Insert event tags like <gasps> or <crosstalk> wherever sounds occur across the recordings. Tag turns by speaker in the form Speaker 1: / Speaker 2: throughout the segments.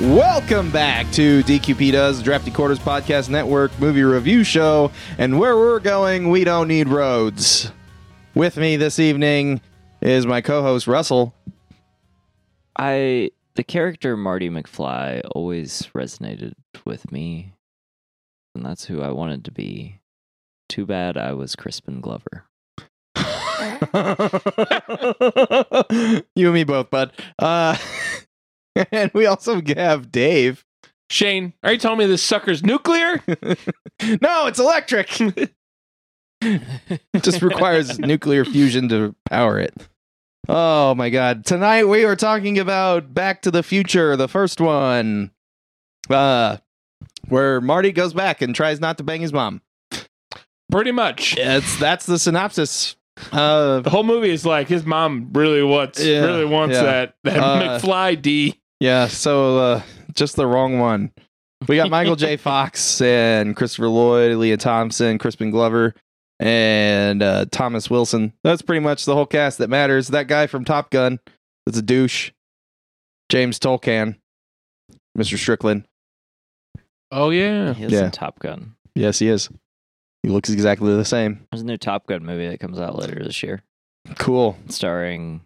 Speaker 1: Welcome back to DQP Does, the Drafty Quarters Podcast Network movie review show. And where we're going, we don't need roads. With me this evening is my co host, Russell. <laughs>
Speaker 2: I the character Marty McFly always resonated with me, and that's who I wanted to be. Too bad I was Crispin Glover.
Speaker 1: you and me both, bud. Uh, <laughs> and we also have Dave.
Speaker 3: Shane, are you telling me this sucker's nuclear?
Speaker 1: <laughs> No, it's electric. it <laughs> just requires nuclear fusion to power it. Oh my god. Tonight we are talking about Back to the Future, the first one. Uh where Marty goes back and tries not to bang his mom.
Speaker 3: Pretty much.
Speaker 1: It's that's the synopsis. Uh
Speaker 3: The whole movie is like his mom really wants
Speaker 1: Yeah,
Speaker 3: really wants
Speaker 1: yeah.
Speaker 3: that that
Speaker 1: Uh,
Speaker 3: McFly D.
Speaker 1: yeah, so uh just the wrong one. We got Michael J. Fox and Christopher Lloyd, Leah Thompson, Crispin Glover, and uh, Thomas Wilson. That's pretty much the whole cast that matters. That guy from Top Gun, that's a douche. James Tolkan, Mr. Strickland.
Speaker 3: Oh yeah.
Speaker 2: He was
Speaker 1: Yeah.
Speaker 2: in Top Gun.
Speaker 1: Yes, he is. He looks exactly the same.
Speaker 2: There's a new Top Gun movie that comes out later this year,
Speaker 1: Cool.
Speaker 2: starring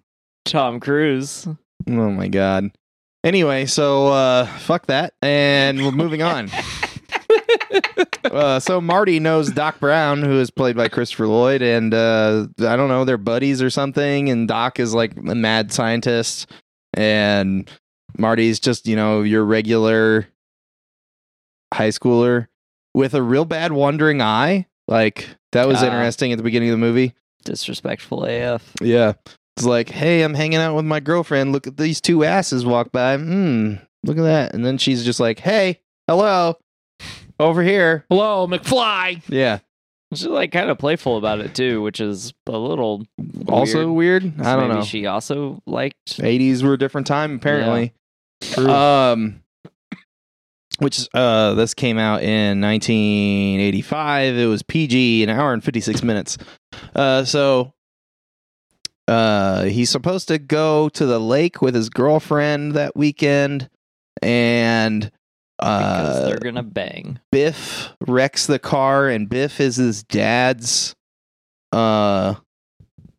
Speaker 2: Tom Cruise.
Speaker 1: Oh my god. Anyway, so uh, fuck that, and we're moving on. uh, so Marty knows Doc Brown, who is played by Christopher Lloyd, and uh, I don't know, they're buddies or something. And Doc is like a mad scientist, and Marty's just you know your regular high schooler with a real bad wandering eye. Like that was
Speaker 2: Ah.
Speaker 1: interesting at the beginning of the movie.
Speaker 2: Disrespectful AF.
Speaker 1: Yeah. It's like, hey, I'm hanging out with my girlfriend. Look at these two asses walk by. Hmm, look at that. And then she's just like, hey, hello, over here.
Speaker 3: Hello, McFly.
Speaker 1: Yeah.
Speaker 2: She's like kind of playful about it too, which is a little
Speaker 1: Also weird. I don't
Speaker 2: maybe
Speaker 1: know.
Speaker 2: She also liked
Speaker 1: 80s were a different time, apparently.
Speaker 3: True.
Speaker 1: Um, which uh, this came out in 1985. It was PG, an hour and 56 minutes. Uh, so uh, he's supposed to go to the lake with his girlfriend that weekend, and
Speaker 2: because
Speaker 1: uh,
Speaker 2: they're gonna bang.
Speaker 1: Biff wrecks the car, and Biff is his dad's uh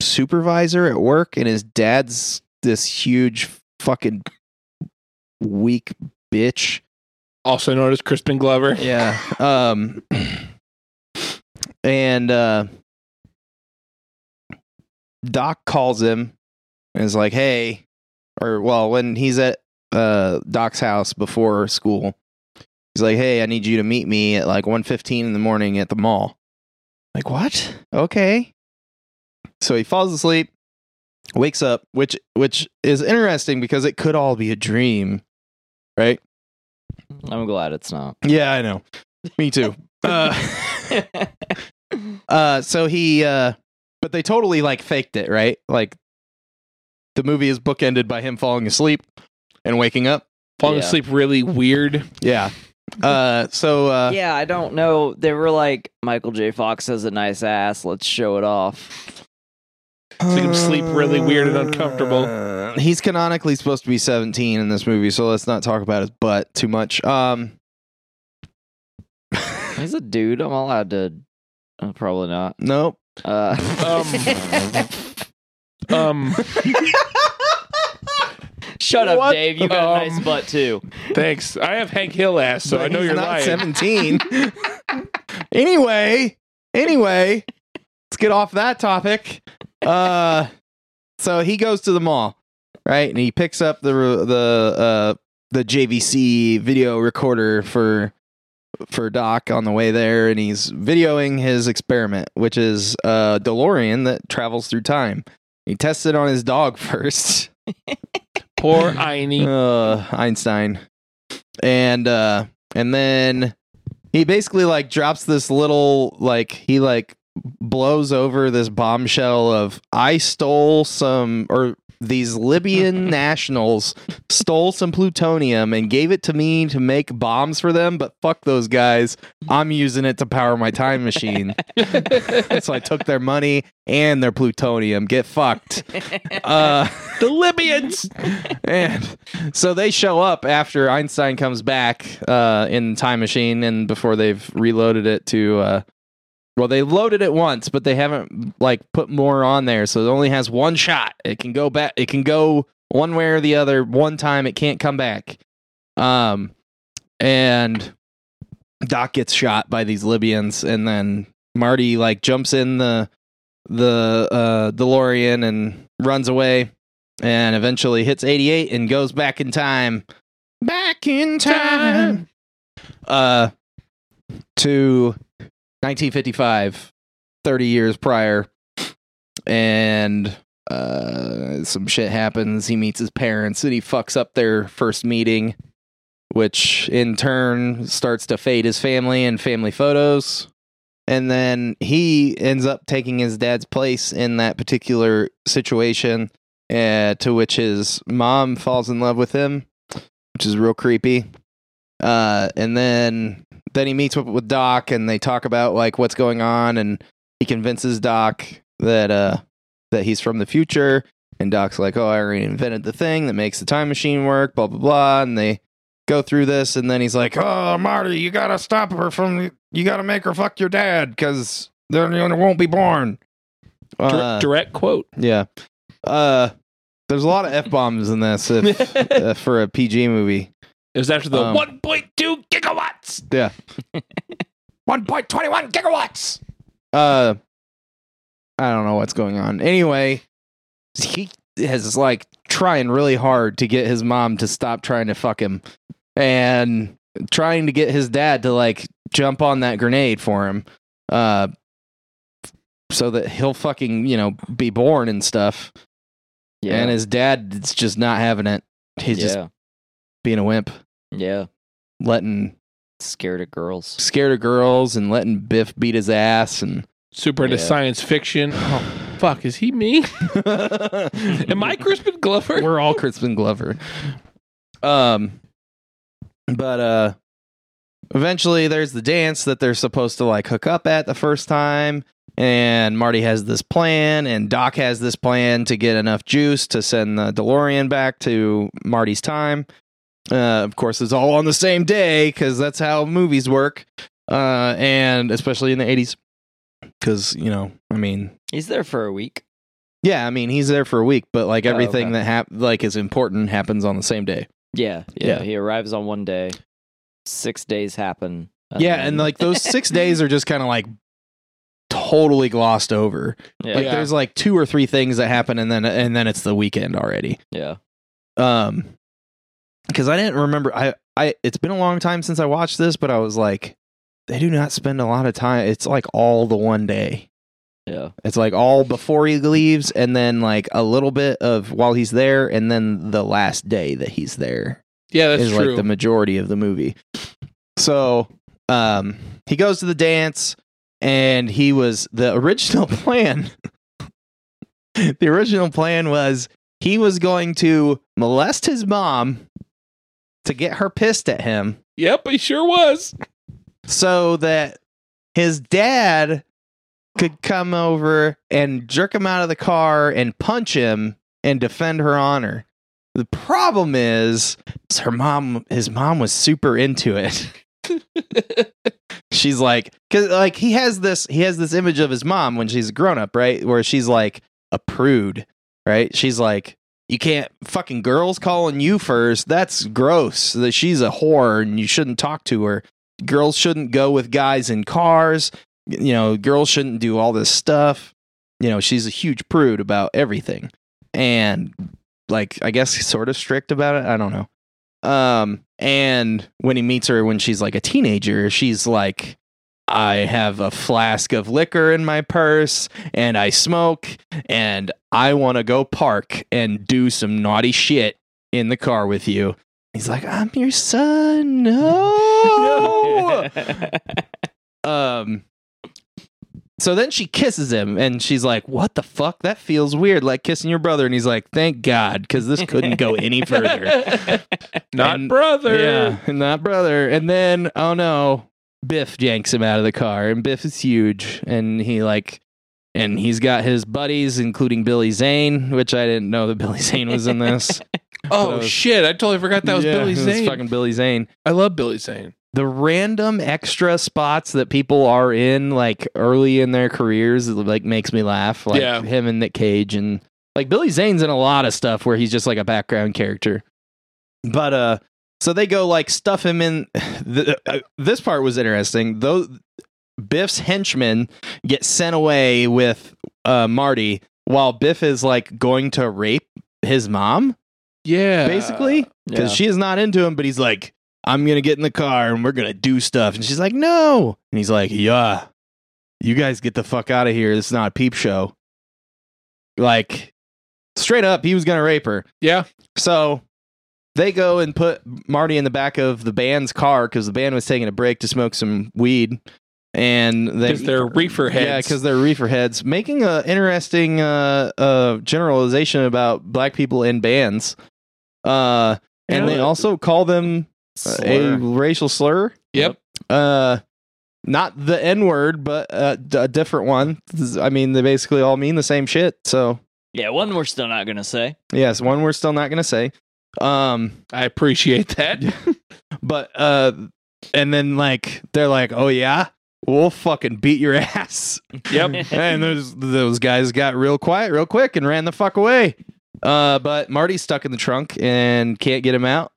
Speaker 1: supervisor at work, and his dad's this huge fucking weak bitch.
Speaker 3: Also known as Crispin Glover.
Speaker 1: Yeah. Um and uh Doc calls him and is like, "Hey," or well, when he's at uh Doc's house before school, he's like, "Hey, I need you to meet me at like 1:15 in the morning at the mall." Like, "What? Okay." So he falls asleep, wakes up, which which is interesting because it could all be a dream, right?
Speaker 2: I'm glad it's not.
Speaker 1: Yeah, I know. Me too. uh,
Speaker 2: <laughs>
Speaker 1: <laughs> uh, so he, uh, but they totally like faked it, right? Like the movie is bookended by him falling asleep and waking up.
Speaker 3: Falling
Speaker 2: Yeah.
Speaker 3: asleep really weird. <laughs>
Speaker 1: Yeah. Uh, so uh,
Speaker 2: yeah, I don't know. They were like, Michael J. Fox has a nice ass. Let's show it off.
Speaker 3: Make him sleep really weird and uncomfortable.
Speaker 1: Uh, He's canonically supposed to be 17 in this movie, so let's not talk about his butt too much. Um,
Speaker 2: He's a dude. I'm allowed to. uh, probably not.
Speaker 1: nope.
Speaker 2: Uh, <laughs>
Speaker 3: Um, Um
Speaker 2: shut up,
Speaker 3: what?
Speaker 2: Dave. You got a nice
Speaker 3: Um,
Speaker 1: <laughs>
Speaker 2: butt too.
Speaker 3: thanks. I have Hank Hill ass, so
Speaker 1: But
Speaker 3: I know
Speaker 1: he's
Speaker 3: you're
Speaker 1: not
Speaker 3: lying.
Speaker 1: 17. anyway, anyway, let's get off that topic. Uh, so he goes to the mall, right? And he picks up the the uh, the JVC video recorder for for Doc on the way there, and he's videoing his experiment, which is a DeLorean that travels through time. He tests it on his dog <laughs> first
Speaker 3: Poor Einie.
Speaker 1: uh, Einstein, and uh, and then he basically like drops this little like he like blows over this bombshell of I stole some or these Libyan nationals stole some plutonium and gave it to me to make bombs for them, but fuck those guys. I'm using it to power my time machine. <laughs> so I took their money and their plutonium. Get fucked. Uh
Speaker 3: the Libyans.
Speaker 1: <laughs> and so they show up after Einstein comes back uh, in Time Machine and before they've reloaded it to. Uh, well, they loaded it once, but they haven't like put more on there, so it only has one shot. It can go back. It can go one way or the other one time. It can't come back. Um, and Doc gets shot by these Libyans, and then Marty like jumps in the the uh, DeLorean and runs away and eventually hits 88 and goes back in time back in time uh to 1955 30 years prior and uh some shit happens he meets his parents and he fucks up their first meeting which in turn starts to fade his family and family photos and then he ends up taking his dad's place in that particular situation uh, to which his mom falls in love with him, which is real creepy. Uh, and then then he meets with, with Doc, and they talk about like what's going on, and he convinces Doc that uh that he's from the future, and Doc's like, "Oh, I already invented the thing that makes the time machine work." Blah blah blah, and they go through this, and then he's like, "Oh, Marty, you gotta stop her from you gotta make her fuck your dad, because then you won't be born." <laughs> Uh,
Speaker 3: Direct, direct quote.
Speaker 1: yeah. Uh, there's a lot
Speaker 2: <laughs>
Speaker 1: of f bombs in this if,
Speaker 3: it
Speaker 1: uh, for a PG movie.
Speaker 3: was after the
Speaker 1: Um,
Speaker 3: 1.2 gigawatts. <laughs>
Speaker 1: Yeah.
Speaker 3: 1.21 gigawatts.
Speaker 1: Uh, I don't know what's going on. Anyway, he is like trying really hard to get his mom to stop trying to fuck him, and trying to get his dad to like jump on that grenade for him. Uh. So that he'll fucking, you know, be born and stuff.
Speaker 2: Yeah.
Speaker 1: And his dad's just not having it. He's
Speaker 2: yeah.
Speaker 1: just being a wimp,
Speaker 2: yeah.
Speaker 1: letting
Speaker 2: Scared of girls.
Speaker 1: scared of girls and letting Biff beat his ass and
Speaker 3: Super into
Speaker 2: Yeah.
Speaker 1: <sighs>
Speaker 3: science
Speaker 1: <laughs>
Speaker 3: fiction. <sighs> Oh, fuck. Is he me? Am I Crispin Glover?
Speaker 1: we're all Crispin Glover. Um but uh eventually there's the dance that they're supposed to like hook up at the first time and Marty has this plan and Doc has this plan to get enough juice to send the DeLorean back to Marty's time. Uh, of course, it's all on the same day because that's how movies work, uh, and especially in the '80s, because you know, I mean,
Speaker 2: He's there for a week.
Speaker 1: yeah, I mean, he's there for a week, but like
Speaker 2: Oh,
Speaker 1: everything
Speaker 2: okay.
Speaker 1: that hap- like is important happens on the same day.
Speaker 2: Yeah, yeah.
Speaker 1: Yeah.
Speaker 2: He arrives on one day. Six days happen.
Speaker 1: yeah,
Speaker 2: then-
Speaker 1: and like
Speaker 2: <laughs>
Speaker 1: those six days are just kind of like totally glossed over.
Speaker 2: yeah,
Speaker 1: Like
Speaker 3: Yeah.
Speaker 1: there's like two or three things that happen, and then and then it's the weekend already.
Speaker 2: yeah,
Speaker 1: Um, because I didn't remember. I I it's been a long time since I watched this, but I was like, they do not spend a lot of time. It's like all the one day. <laughs>
Speaker 2: yeah.
Speaker 1: It's like all before he leaves, and then like a little bit of while he's there, and then the last day that he's there.
Speaker 3: yeah, that's
Speaker 1: is
Speaker 3: true.
Speaker 1: like the majority of the movie. So um, he goes to the dance, and he was the original <laughs> plan. the original plan was he was going to molest his mom to get her pissed at him
Speaker 3: yep, he sure was.
Speaker 1: so that his dad could come over and jerk him out of the car and punch him and defend her honor. The problem is, is her mom his mom was super into it. she's like cuz like he has this he has this image of his mom when she's grown up, right? Where she's like a prude, right? She's like you can't fucking girls calling you first. That's gross. That she's a whore and you shouldn't talk to her girls shouldn't go with guys in cars. You know, girls shouldn't do all this stuff. You know, she's a huge prude about everything. And like I guess sort of strict about it, I don't know. Um and when he meets her when she's like a teenager, she's like I have a flask of liquor in my purse and I smoke and I want to go park and do some naughty shit in the car with you. He's like, "I'm your son."
Speaker 2: <laughs>
Speaker 1: No. um So then she kisses him and she's like, What the fuck? That feels weird, like kissing your brother. And he's like, Thank God, because this couldn't go
Speaker 3: <laughs>
Speaker 1: any further.
Speaker 3: Not
Speaker 1: And-
Speaker 3: brother.
Speaker 1: Yeah, not brother. And then, oh no, Biff yanks him out of the car, and Biff is huge, and he like, and he's got his buddies, including Billy Zane, which I didn't know that Billy Zane was in this.
Speaker 3: Oh
Speaker 1: Those-
Speaker 3: shit! I totally forgot <laughs> that was
Speaker 1: Yeah,
Speaker 3: Billy
Speaker 1: it was
Speaker 3: Zane.
Speaker 1: fucking Billy Zane.
Speaker 3: I love Billy Zane.
Speaker 1: The random extra spots that people are in, like early in their careers, like makes me laugh. Like
Speaker 3: Yeah.
Speaker 1: him and Nick Cage, and like Billy Zane's in a lot of stuff where he's just like a background character. But uh, so they go like stuff him in. <sighs> The, uh, this part was interesting. Though Biff's henchmen get sent away with uh Marty, while Biff is like going to rape his mom
Speaker 3: Yeah,
Speaker 1: basically because she is not into him but he's like i'm gonna get in the car and we're gonna do stuff and she's like no and he's like yeah you guys get the fuck out of here this is not a peep show like straight up he was gonna rape her
Speaker 3: Yeah,
Speaker 1: so they go and put Marty in the back of the band's car because the band was taking a break to smoke some weed, and they,
Speaker 3: because they're reefer heads.
Speaker 1: yeah, because they're reefer heads, making an interesting uh, uh, generalization about black people in bands. Uh, and
Speaker 3: Yeah.
Speaker 1: they also call them uh, a
Speaker 2: Slur.
Speaker 1: racial slur.
Speaker 3: Yep.
Speaker 1: Uh, not the N word, but uh, d- a different one. This is- I mean, they basically all mean the same shit. So,
Speaker 2: yeah, one we're still not gonna say.
Speaker 1: <laughs>
Speaker 2: <laughs>
Speaker 1: yes, one we're still not going to say. Um,
Speaker 3: I appreciate that.
Speaker 1: But uh and then like they're like, "Oh yeah, we'll fucking beat your <laughs> ass."
Speaker 3: Yep.
Speaker 1: and those those guys got real quiet real quick and ran the fuck away. Uh but Marty's stuck in the trunk and can't get him out.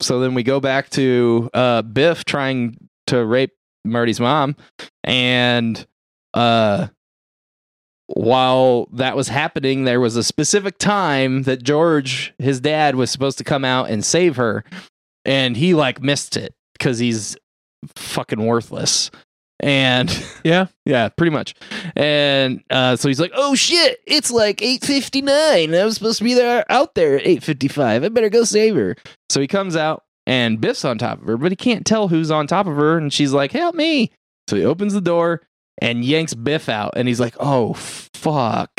Speaker 1: So then we go back to uh Biff trying to rape Marty's mom and uh while that was happening, there was a specific time that George, his dad, was supposed to come out and save her, and he like missed it because he's fucking worthless. And <laughs>
Speaker 3: Yeah.
Speaker 1: yeah, pretty much. And uh, so he's like, "Oh shit, it's like eight fifty nine. I was supposed to be there out there at eight fifty five. I better go save her." So he comes out, and Biff's on top of her, but he can't tell who's on top of her, and she's like, "Help me!" So he opens the door and yanks Biff out, and he's like, "Oh fuck!"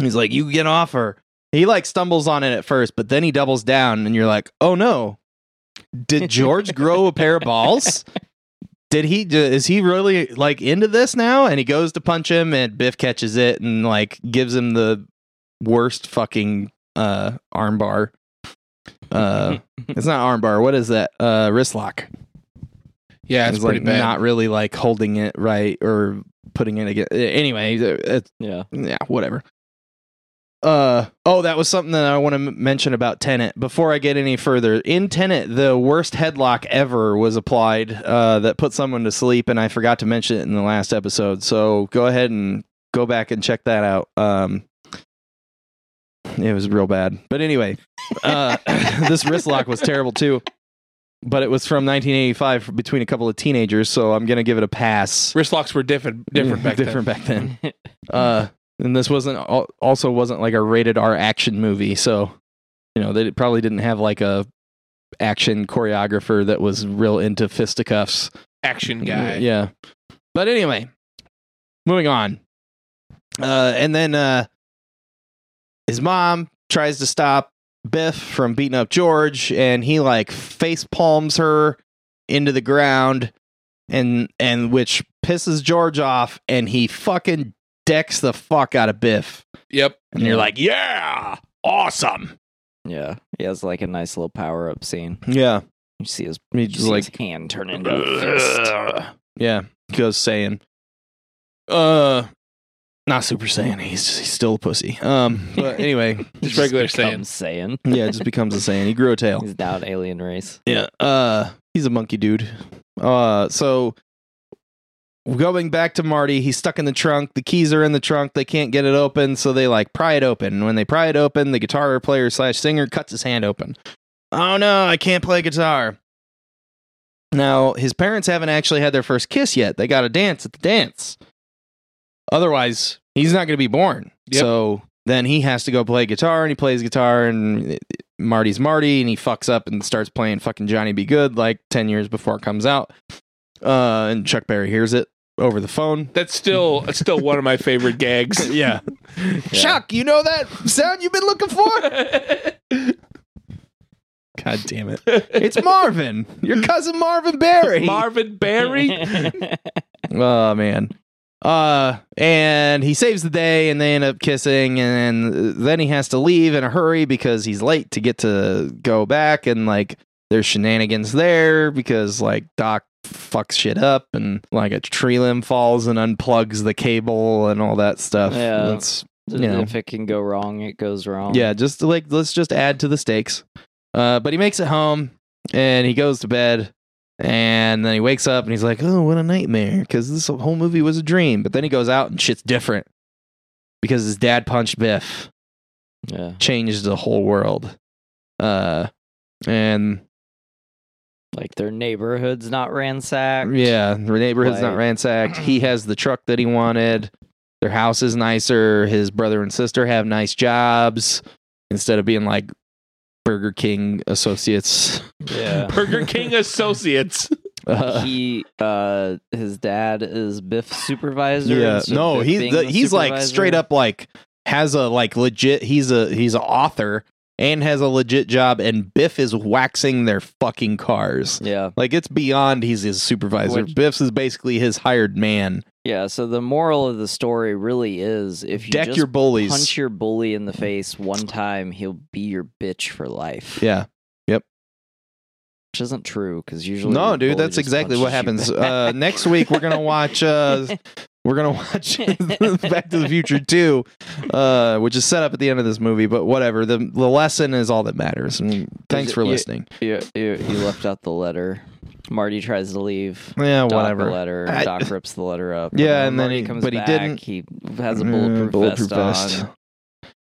Speaker 1: he's like, "You get off her." He like stumbles on it at first, but then he doubles down, and you're like, "Oh no!
Speaker 3: <laughs>
Speaker 1: Did George grow a pair of balls? Did he? d- Is he really like into this now?" And he goes to punch him, and Biff catches it and like gives him the worst fucking uh armbar. Uh,
Speaker 3: <laughs>
Speaker 1: it's not armbar. What is that? Uh, wrist lock.
Speaker 3: Yeah, it's
Speaker 1: It's
Speaker 3: pretty
Speaker 1: like
Speaker 3: bad.
Speaker 1: not really like holding it right or putting it again. Anyway, it,
Speaker 2: yeah.
Speaker 1: yeah, whatever. Uh oh, that was something that I want to m- mention about Tenet. Before I get any further, in Tenet, the worst headlock ever was applied uh, that put someone to sleep, and I forgot to mention it in the last episode. So go ahead and go back and check that out. Um, it was real bad, but anyway, uh, <laughs> this wrist lock was terrible too. But it was from 1985 between a couple of teenagers, so I'm gonna give it a pass.
Speaker 3: Wrist locks were different,
Speaker 1: <laughs>
Speaker 3: different back
Speaker 1: different back then uh and this wasn't al- also wasn't like a rated r action movie so you know they probably didn't have like a action choreographer that was real into fisticuffs
Speaker 3: then. Action guy.
Speaker 1: yeah but anyway moving on uh and then uh his mom tries to stop biff from beating up george and he like face palms her into the ground and and which pisses george off and he fucking decks the fuck out of biff
Speaker 3: Yep.
Speaker 1: and you're like, yeah, awesome.
Speaker 2: <laughs> yeah. He has like a nice little power up scene.
Speaker 1: Yeah.
Speaker 2: You see his,
Speaker 1: He
Speaker 2: you
Speaker 1: just
Speaker 2: see
Speaker 1: like,
Speaker 2: his hand turn into
Speaker 1: <laughs>
Speaker 2: a fist.
Speaker 1: "Ugh." yeah, goes saying, uh, not Super Saiyan. He's, he's still a pussy. Um, but anyway,
Speaker 3: Just regular
Speaker 2: becomes saying.
Speaker 1: yeah, it just becomes a Saiyan. He grew a tail.
Speaker 2: He's now an alien
Speaker 1: <laughs>
Speaker 2: race.
Speaker 1: Yeah. Uh he's a monkey dude. Uh so going back to Marty, he's stuck in the trunk. The keys are in the trunk. They can't get it open, so they like pry it open. And when they pry it open, the guitar player slash singer cuts his hand open. Oh no, I can't play guitar. Now, his parents haven't actually had their first kiss yet. They gotta dance at the dance. Otherwise, he's not gonna be born.
Speaker 3: Yep.
Speaker 1: So then he has to go play guitar and he plays guitar and Marty's Marty and he fucks up and starts playing fucking Johnny Be Good like 10 years before it comes out. Uh, and Chuck Berry hears it over the phone.
Speaker 3: That's still that's still one of my favorite gags.
Speaker 1: <laughs> Yeah. Chuck, you know that sound you've been looking for? <laughs> God damn it. It's Marvin, your cousin Marvin Berry.
Speaker 3: <laughs>
Speaker 1: <laughs>
Speaker 2: <laughs>
Speaker 3: Marvin Barry.
Speaker 1: oh, man. Uh, and he saves the day and they end up kissing. And then he has to leave in a hurry because he's late to get to go back. And like, there's shenanigans there because like Doc fucks shit up and like a tree limb falls and unplugs the cable and all that stuff.
Speaker 2: Yeah.
Speaker 1: It's Yeah.
Speaker 2: If it can go wrong, it goes wrong.
Speaker 1: yeah, just like let's just add to the stakes. Uh, but he makes it home and he goes to bed and then he wakes up and he's like, "Oh, what a nightmare!" Because this whole movie was a dream. But then he goes out and shit's different because his dad punched Biff,
Speaker 2: Yeah.
Speaker 1: changed the whole world. Uh, and
Speaker 2: Like their neighborhood's not ransacked.
Speaker 1: yeah, the neighborhood's not
Speaker 2: Like-
Speaker 1: ransacked. He has the truck that he wanted. Their house is nicer. His brother and sister have nice jobs instead of being like Burger King associates.
Speaker 2: Yeah.
Speaker 3: Burger King Associates.
Speaker 1: Uh, <laughs>
Speaker 2: <laughs> he uh his dad is Biff's supervisor.
Speaker 1: yeah,
Speaker 2: instead of
Speaker 1: no,
Speaker 2: Biff
Speaker 1: he's
Speaker 2: being
Speaker 1: the,
Speaker 2: the
Speaker 1: he's like
Speaker 2: supervisor.
Speaker 1: straight up like has a like legit. He's a he's an author and has a legit job. And Biff is waxing their fucking cars.
Speaker 2: Yeah.
Speaker 1: Like it's beyond. He's his supervisor.
Speaker 2: Which-
Speaker 1: Biff's is basically his hired man.
Speaker 2: Yeah, so the moral of the story really is if you
Speaker 1: Deck
Speaker 2: just
Speaker 1: your bullies.
Speaker 2: punch your bully in the face one time, he'll be your bitch for life.
Speaker 1: yeah.
Speaker 2: Which isn't true because usually
Speaker 1: No,
Speaker 2: your
Speaker 1: dude,
Speaker 2: bully
Speaker 1: that's
Speaker 2: just
Speaker 1: exactly what
Speaker 2: punches
Speaker 1: happens.
Speaker 2: you
Speaker 1: Uh,
Speaker 2: back.
Speaker 1: next week we're gonna watch.
Speaker 2: <laughs>
Speaker 1: Uh, we're gonna watch <laughs> Back to the Future Two, uh, which is set up at the end of this movie. But whatever, the the lesson is all that matters. And thanks
Speaker 2: it-
Speaker 1: for
Speaker 2: you-
Speaker 1: listening.
Speaker 2: you, you, you left out the letter. Marty tries to leave.
Speaker 1: Yeah,
Speaker 2: Doc
Speaker 1: Oh, whatever.
Speaker 2: The letter.
Speaker 1: I-
Speaker 2: Doc rips the letter up.
Speaker 1: Yeah, and then
Speaker 2: Marty
Speaker 1: he-
Speaker 2: comes
Speaker 1: but he
Speaker 2: back,
Speaker 1: didn't.
Speaker 2: He has a
Speaker 1: Uh,
Speaker 2: bulletproof,
Speaker 1: bulletproof
Speaker 2: vest,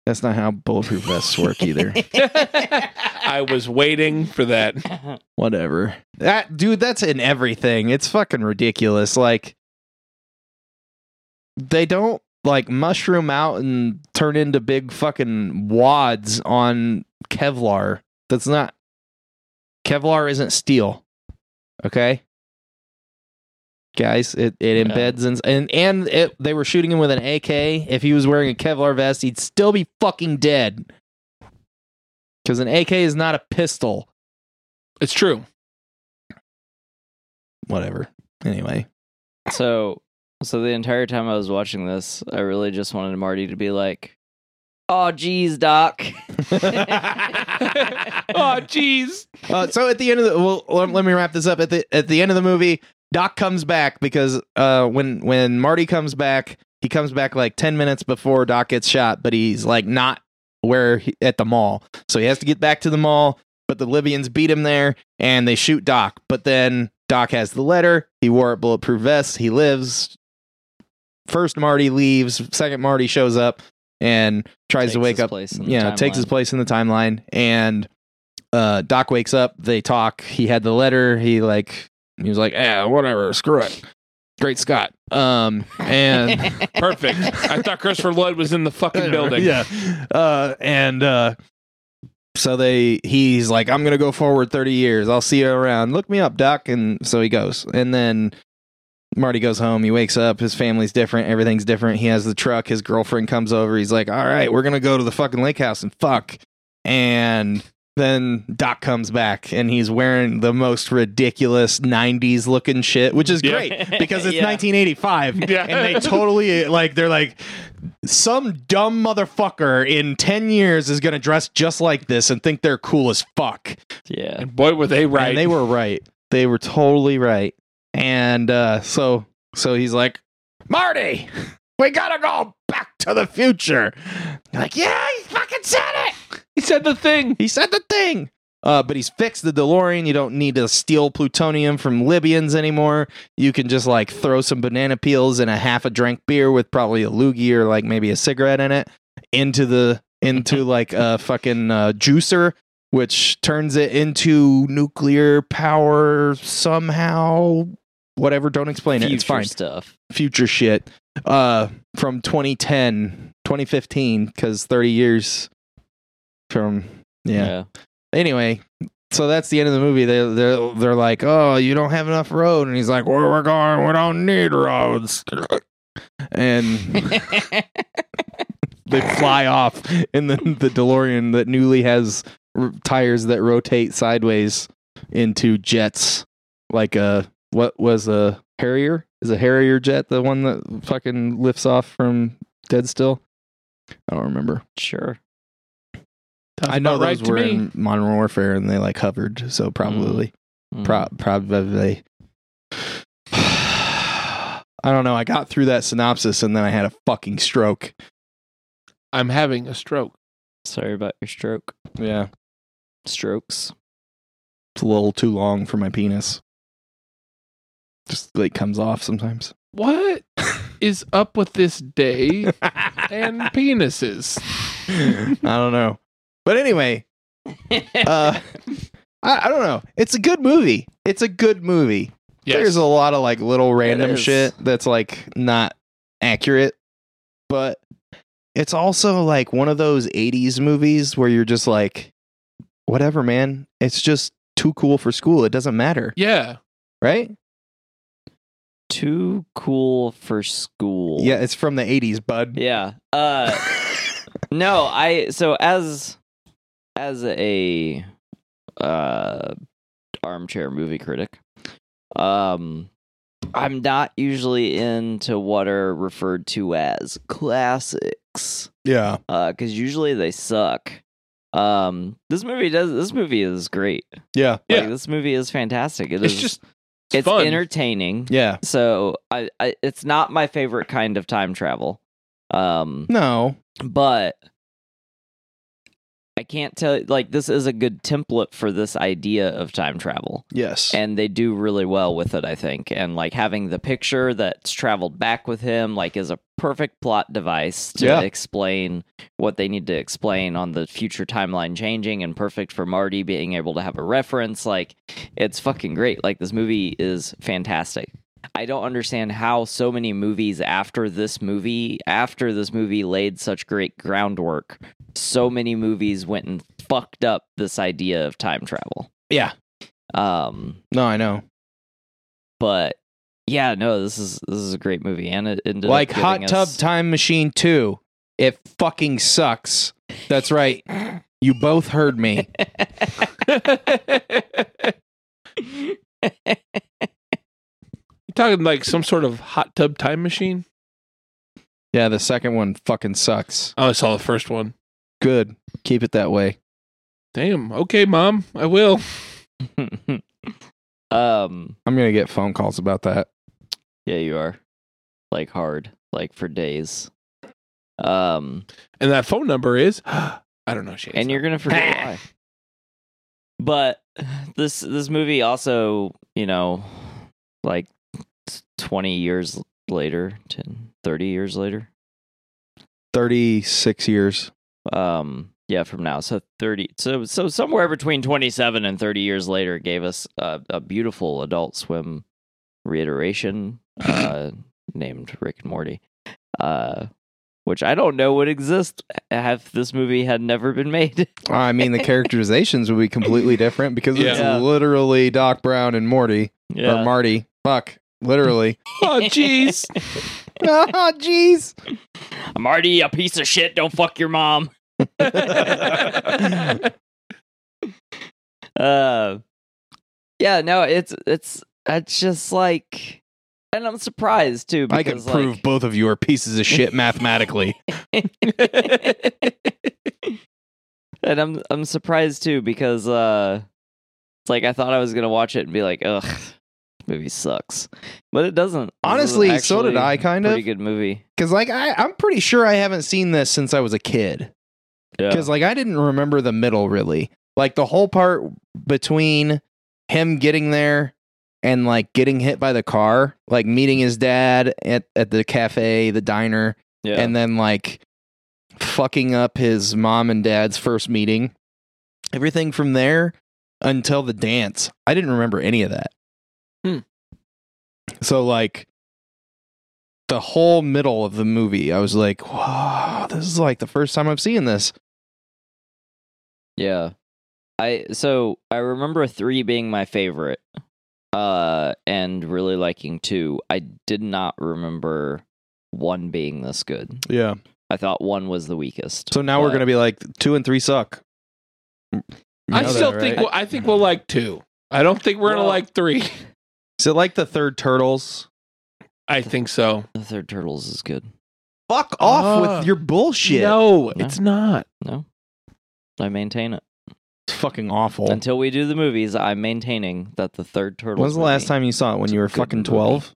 Speaker 1: That's not how bulletproof vests work
Speaker 2: <laughs>
Speaker 1: either.
Speaker 3: I was waiting for that.
Speaker 1: <laughs>
Speaker 2: on. <laughs>
Speaker 1: Whatever. That dude, that's in everything. It's fucking ridiculous. Like they don't like mushroom out and turn into big fucking wads on Kevlar. That's not Kevlar isn't steel. Okay? Guys, it, it
Speaker 2: Yeah.
Speaker 1: embeds in, and and it, they were shooting him with an AK. If he was wearing a Kevlar vest, he'd still be fucking dead. Because an AK is not a pistol.
Speaker 3: It's true.
Speaker 1: whatever. Anyway, <laughs>
Speaker 2: So, so the entire time I was watching this, I really just wanted Marty to be like, "Oh, geez, Doc." <laughs>
Speaker 3: Oh, jeez.
Speaker 1: uh, so at the end of the well, let, let me wrap this up. At the at the end of the movie, Doc comes back because uh, when when Marty comes back, he comes back like ten minutes before Doc gets shot, but he's like not where he, at the mall, so he has to get back to the mall. But the Libyans beat him there, and they shoot Doc. But then Doc has the letter. He wore a bulletproof vest. He lives. First Marty leaves. Second Marty shows up and tries to
Speaker 2: Takes
Speaker 1: wake
Speaker 2: his
Speaker 1: up
Speaker 2: place in the
Speaker 1: yeah, takes his
Speaker 2: timeline.
Speaker 1: place in the timeline, and uh, Doc wakes up. They talk. He had the letter. He like he was like, yeah, whatever, screw it. Great Scott. Um,
Speaker 2: <laughs>
Speaker 1: and
Speaker 3: Perfect. I thought Christopher Lloyd was in the fucking building.
Speaker 1: yeah, uh, and uh, so they he's like, I'm gonna go forward 30 years. I'll see you around. Look me up, Doc. And so he goes, and then. Marty goes home. He wakes up. His family's different. Everything's different. He has the truck. His girlfriend comes over. He's like, "All right, we're gonna go to the fucking lake house and fuck." And then Doc comes back, and he's wearing the most ridiculous '90s looking shit, which is
Speaker 3: <laughs> Yeah.
Speaker 1: great because it's
Speaker 2: Yeah.
Speaker 1: 1985,
Speaker 3: <laughs> Yeah.
Speaker 1: and they totally like they're like some dumb motherfucker in 10 years is gonna dress just like this and think they're cool as fuck.
Speaker 2: Yeah,
Speaker 3: And boy, were they right.
Speaker 1: And they were right. They were totally right. And uh, so so he's like, Marty, we gotta go back to the future. like, yeah, he fucking said it.
Speaker 3: he said the thing.
Speaker 1: He said the thing. Uh, but he's fixed the DeLorean. You don't need to steal plutonium from Libyans anymore. You can just like throw some banana peels and a half a drink beer with probably a loogie or like maybe a cigarette in it into the into like a fucking uh, juicer, which turns it into nuclear power somehow. Whatever, don't explain it. It's
Speaker 2: Future
Speaker 1: fine
Speaker 2: stuff.
Speaker 1: future shit uh from 2010 2015 because 30 years from yeah. anyway so that's the end of the movie. They they're, they're like, oh, you don't have enough road, and he's like, where we're going, we don't need roads. And
Speaker 3: <laughs>
Speaker 1: <laughs> they fly off, and then the DeLorean that newly has r- tires that rotate sideways into jets, like a what was a Harrier? Is a Harrier jet the one that fucking lifts off from Dead Still? I don't remember.
Speaker 2: sure.
Speaker 1: I know
Speaker 3: about right
Speaker 1: those
Speaker 3: to
Speaker 1: were
Speaker 3: me.
Speaker 1: in Modern Warfare and they like hovered, so probably,
Speaker 2: Mm.
Speaker 1: pro- probably. <sighs> I don't know. I got through that synopsis and then I had a fucking stroke.
Speaker 3: I'm having a stroke.
Speaker 2: Sorry about your stroke.
Speaker 1: Yeah, <laughs>
Speaker 2: Strokes.
Speaker 1: it's a little too long for my penis. Just like comes off sometimes.
Speaker 3: <laughs> What is up with this day <laughs> and penises?
Speaker 1: I don't know, but anyway,
Speaker 2: <laughs>
Speaker 1: uh, I, I don't know. It's a good movie. It's a good movie. There's a lot of like little random
Speaker 2: is.
Speaker 1: shit that's like not accurate, but it's also like one of those 80s movies where you're just like, whatever, man. It's just too cool for school. It doesn't matter,
Speaker 3: yeah.
Speaker 1: right?
Speaker 2: Too cool for school.
Speaker 1: Yeah, it's from the 80s, bud.
Speaker 2: Yeah. Uh no, I so as as a uh armchair movie critic, um I'm not usually into what are referred to as classics.
Speaker 1: <laughs> yeah.
Speaker 2: Uh cuz usually they suck. Um this movie does this movie is great.
Speaker 1: Yeah.
Speaker 3: Yeah.
Speaker 2: Like this movie is fantastic. It
Speaker 3: It's
Speaker 2: is-
Speaker 3: just
Speaker 2: it's
Speaker 3: it's, fun. <laughs>
Speaker 2: entertaining.
Speaker 1: Yeah.
Speaker 2: So I, I it's not my favorite kind of time travel. Um
Speaker 1: No.
Speaker 2: but I can't tell like this is a good template for this idea of time travel.
Speaker 1: Yes.
Speaker 2: And they do really well with it, I think. And like having the picture that's traveled back with him, like is a perfect plot device to
Speaker 1: Yeah.
Speaker 2: explain what they need to explain on the future timeline changing and perfect for Marty being able to have a reference. Like it's fucking great. Like this movie is fantastic. I don't understand how so many movies after this movie, after this movie laid such great groundwork, so many movies went and fucked up this idea of time travel.
Speaker 1: yeah.
Speaker 2: Um,
Speaker 1: No, I know.
Speaker 2: but yeah, no, this is this is a great movie, and it ended up
Speaker 1: Like
Speaker 2: giving
Speaker 1: Hot Tub
Speaker 2: us-
Speaker 1: Time Machine 2. It fucking sucks. That's
Speaker 2: <laughs>
Speaker 1: right. You both heard me.
Speaker 3: You talking like some sort of hot tub time machine?
Speaker 1: Yeah, the second one fucking sucks.
Speaker 3: Oh, I saw the first one.
Speaker 1: Good. Keep it that way.
Speaker 3: Damn. Okay, mom. I will.
Speaker 2: <laughs> um,
Speaker 1: I'm gonna get phone calls about that.
Speaker 2: yeah, you are like hard, like for days. Um,
Speaker 3: And that phone number is <gasps> I don't know, Shane.
Speaker 2: and you're gonna
Speaker 1: <laughs>
Speaker 2: forget why. But this this movie also, you know, like twenty years later, 10, 30 years later,
Speaker 1: Thirty six years.
Speaker 2: um, yeah, from now, so thirty, so so somewhere between twenty seven and thirty years later, gave us a, a beautiful Adult Swim
Speaker 1: <laughs>
Speaker 2: reiteration uh, named Rick and Morty, uh, which I don't know would exist if this movie had never been made. <laughs>
Speaker 1: I mean, the characterizations would be completely different because it's
Speaker 2: Yeah.
Speaker 1: literally Doc Brown and Morty or Marty. Fuck, literally.
Speaker 3: oh
Speaker 1: <laughs>
Speaker 3: jeez.
Speaker 1: oh, jeez.
Speaker 2: Marty, a piece of shit. Don't fuck your mom. uh, yeah, no, it's it's it's just like, and I'm surprised too.
Speaker 1: I can
Speaker 2: Because,
Speaker 1: prove
Speaker 2: like,
Speaker 1: both of you are pieces of
Speaker 2: <laughs>
Speaker 1: shit mathematically.
Speaker 2: <laughs> and I'm I'm surprised too because uh, it's like I thought I was gonna watch it and be like, ugh, this movie sucks, but it doesn't. This is
Speaker 1: Honestly, so did
Speaker 2: actually
Speaker 1: I, kind
Speaker 2: a
Speaker 1: of.
Speaker 2: Pretty good movie.
Speaker 1: Because like I, I'm pretty sure I haven't seen this since I was a kid. Because like I didn't remember the middle really. Like the whole part between him getting there and like getting hit by the car, like meeting his dad at, at the cafe, the diner,
Speaker 2: yeah,
Speaker 1: and then like fucking up his mom and dad's first meeting. Everything from there until the dance. I didn't remember any of that.
Speaker 3: Hmm.
Speaker 1: So like the whole middle of the movie, I was like, "Wow, this is like the first time I'm seeing this."
Speaker 2: yeah. I so I remember three being my favorite, uh, and really liking two. I did not remember one being this good.
Speaker 1: Yeah.
Speaker 2: I thought one was the weakest.
Speaker 1: So now we're
Speaker 2: but-
Speaker 1: gonna be like two and three suck. You
Speaker 3: I
Speaker 1: know that,
Speaker 3: still
Speaker 1: right?
Speaker 3: think we'll, I think we'll like two. I don't think we're gonna
Speaker 2: Well-
Speaker 3: like three.
Speaker 1: Is it like the third turtles?
Speaker 3: I think so.
Speaker 2: the third turtles is good.
Speaker 1: Fuck off
Speaker 3: Ah.
Speaker 1: with your bullshit.
Speaker 3: No,
Speaker 2: Uh, No.
Speaker 3: it's not.
Speaker 2: No, I maintain it
Speaker 1: It's fucking awful.
Speaker 2: until we do the movies. I'm maintaining that the third turtles.
Speaker 1: When's the last time you saw it? When you were
Speaker 2: It's a
Speaker 1: fucking
Speaker 2: good
Speaker 1: twelve?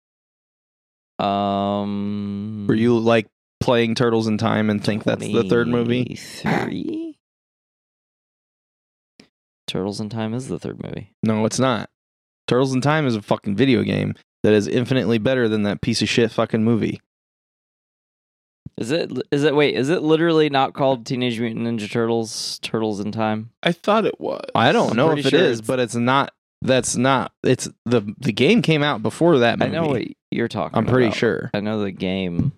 Speaker 2: time? Um,
Speaker 1: Were you like playing Turtles in Time and think that's the third movie?
Speaker 2: Three. Turtles in Time is the third movie.
Speaker 1: No, it's not. Turtles in Time is a fucking video game that is infinitely better than that piece of shit fucking movie.
Speaker 2: Is it? Is it? Wait, is it literally not called Teenage Mutant Ninja Turtles? Turtles in Time?
Speaker 3: I thought it was.
Speaker 1: I don't
Speaker 2: I'm
Speaker 1: know if
Speaker 2: pretty
Speaker 1: it is,
Speaker 2: sure it's-
Speaker 1: but it's not. That's not. It's the the game came out before that
Speaker 2: I
Speaker 1: movie.
Speaker 2: know what you're talking.
Speaker 1: I'm pretty
Speaker 2: about.
Speaker 1: sure.
Speaker 2: I know the game.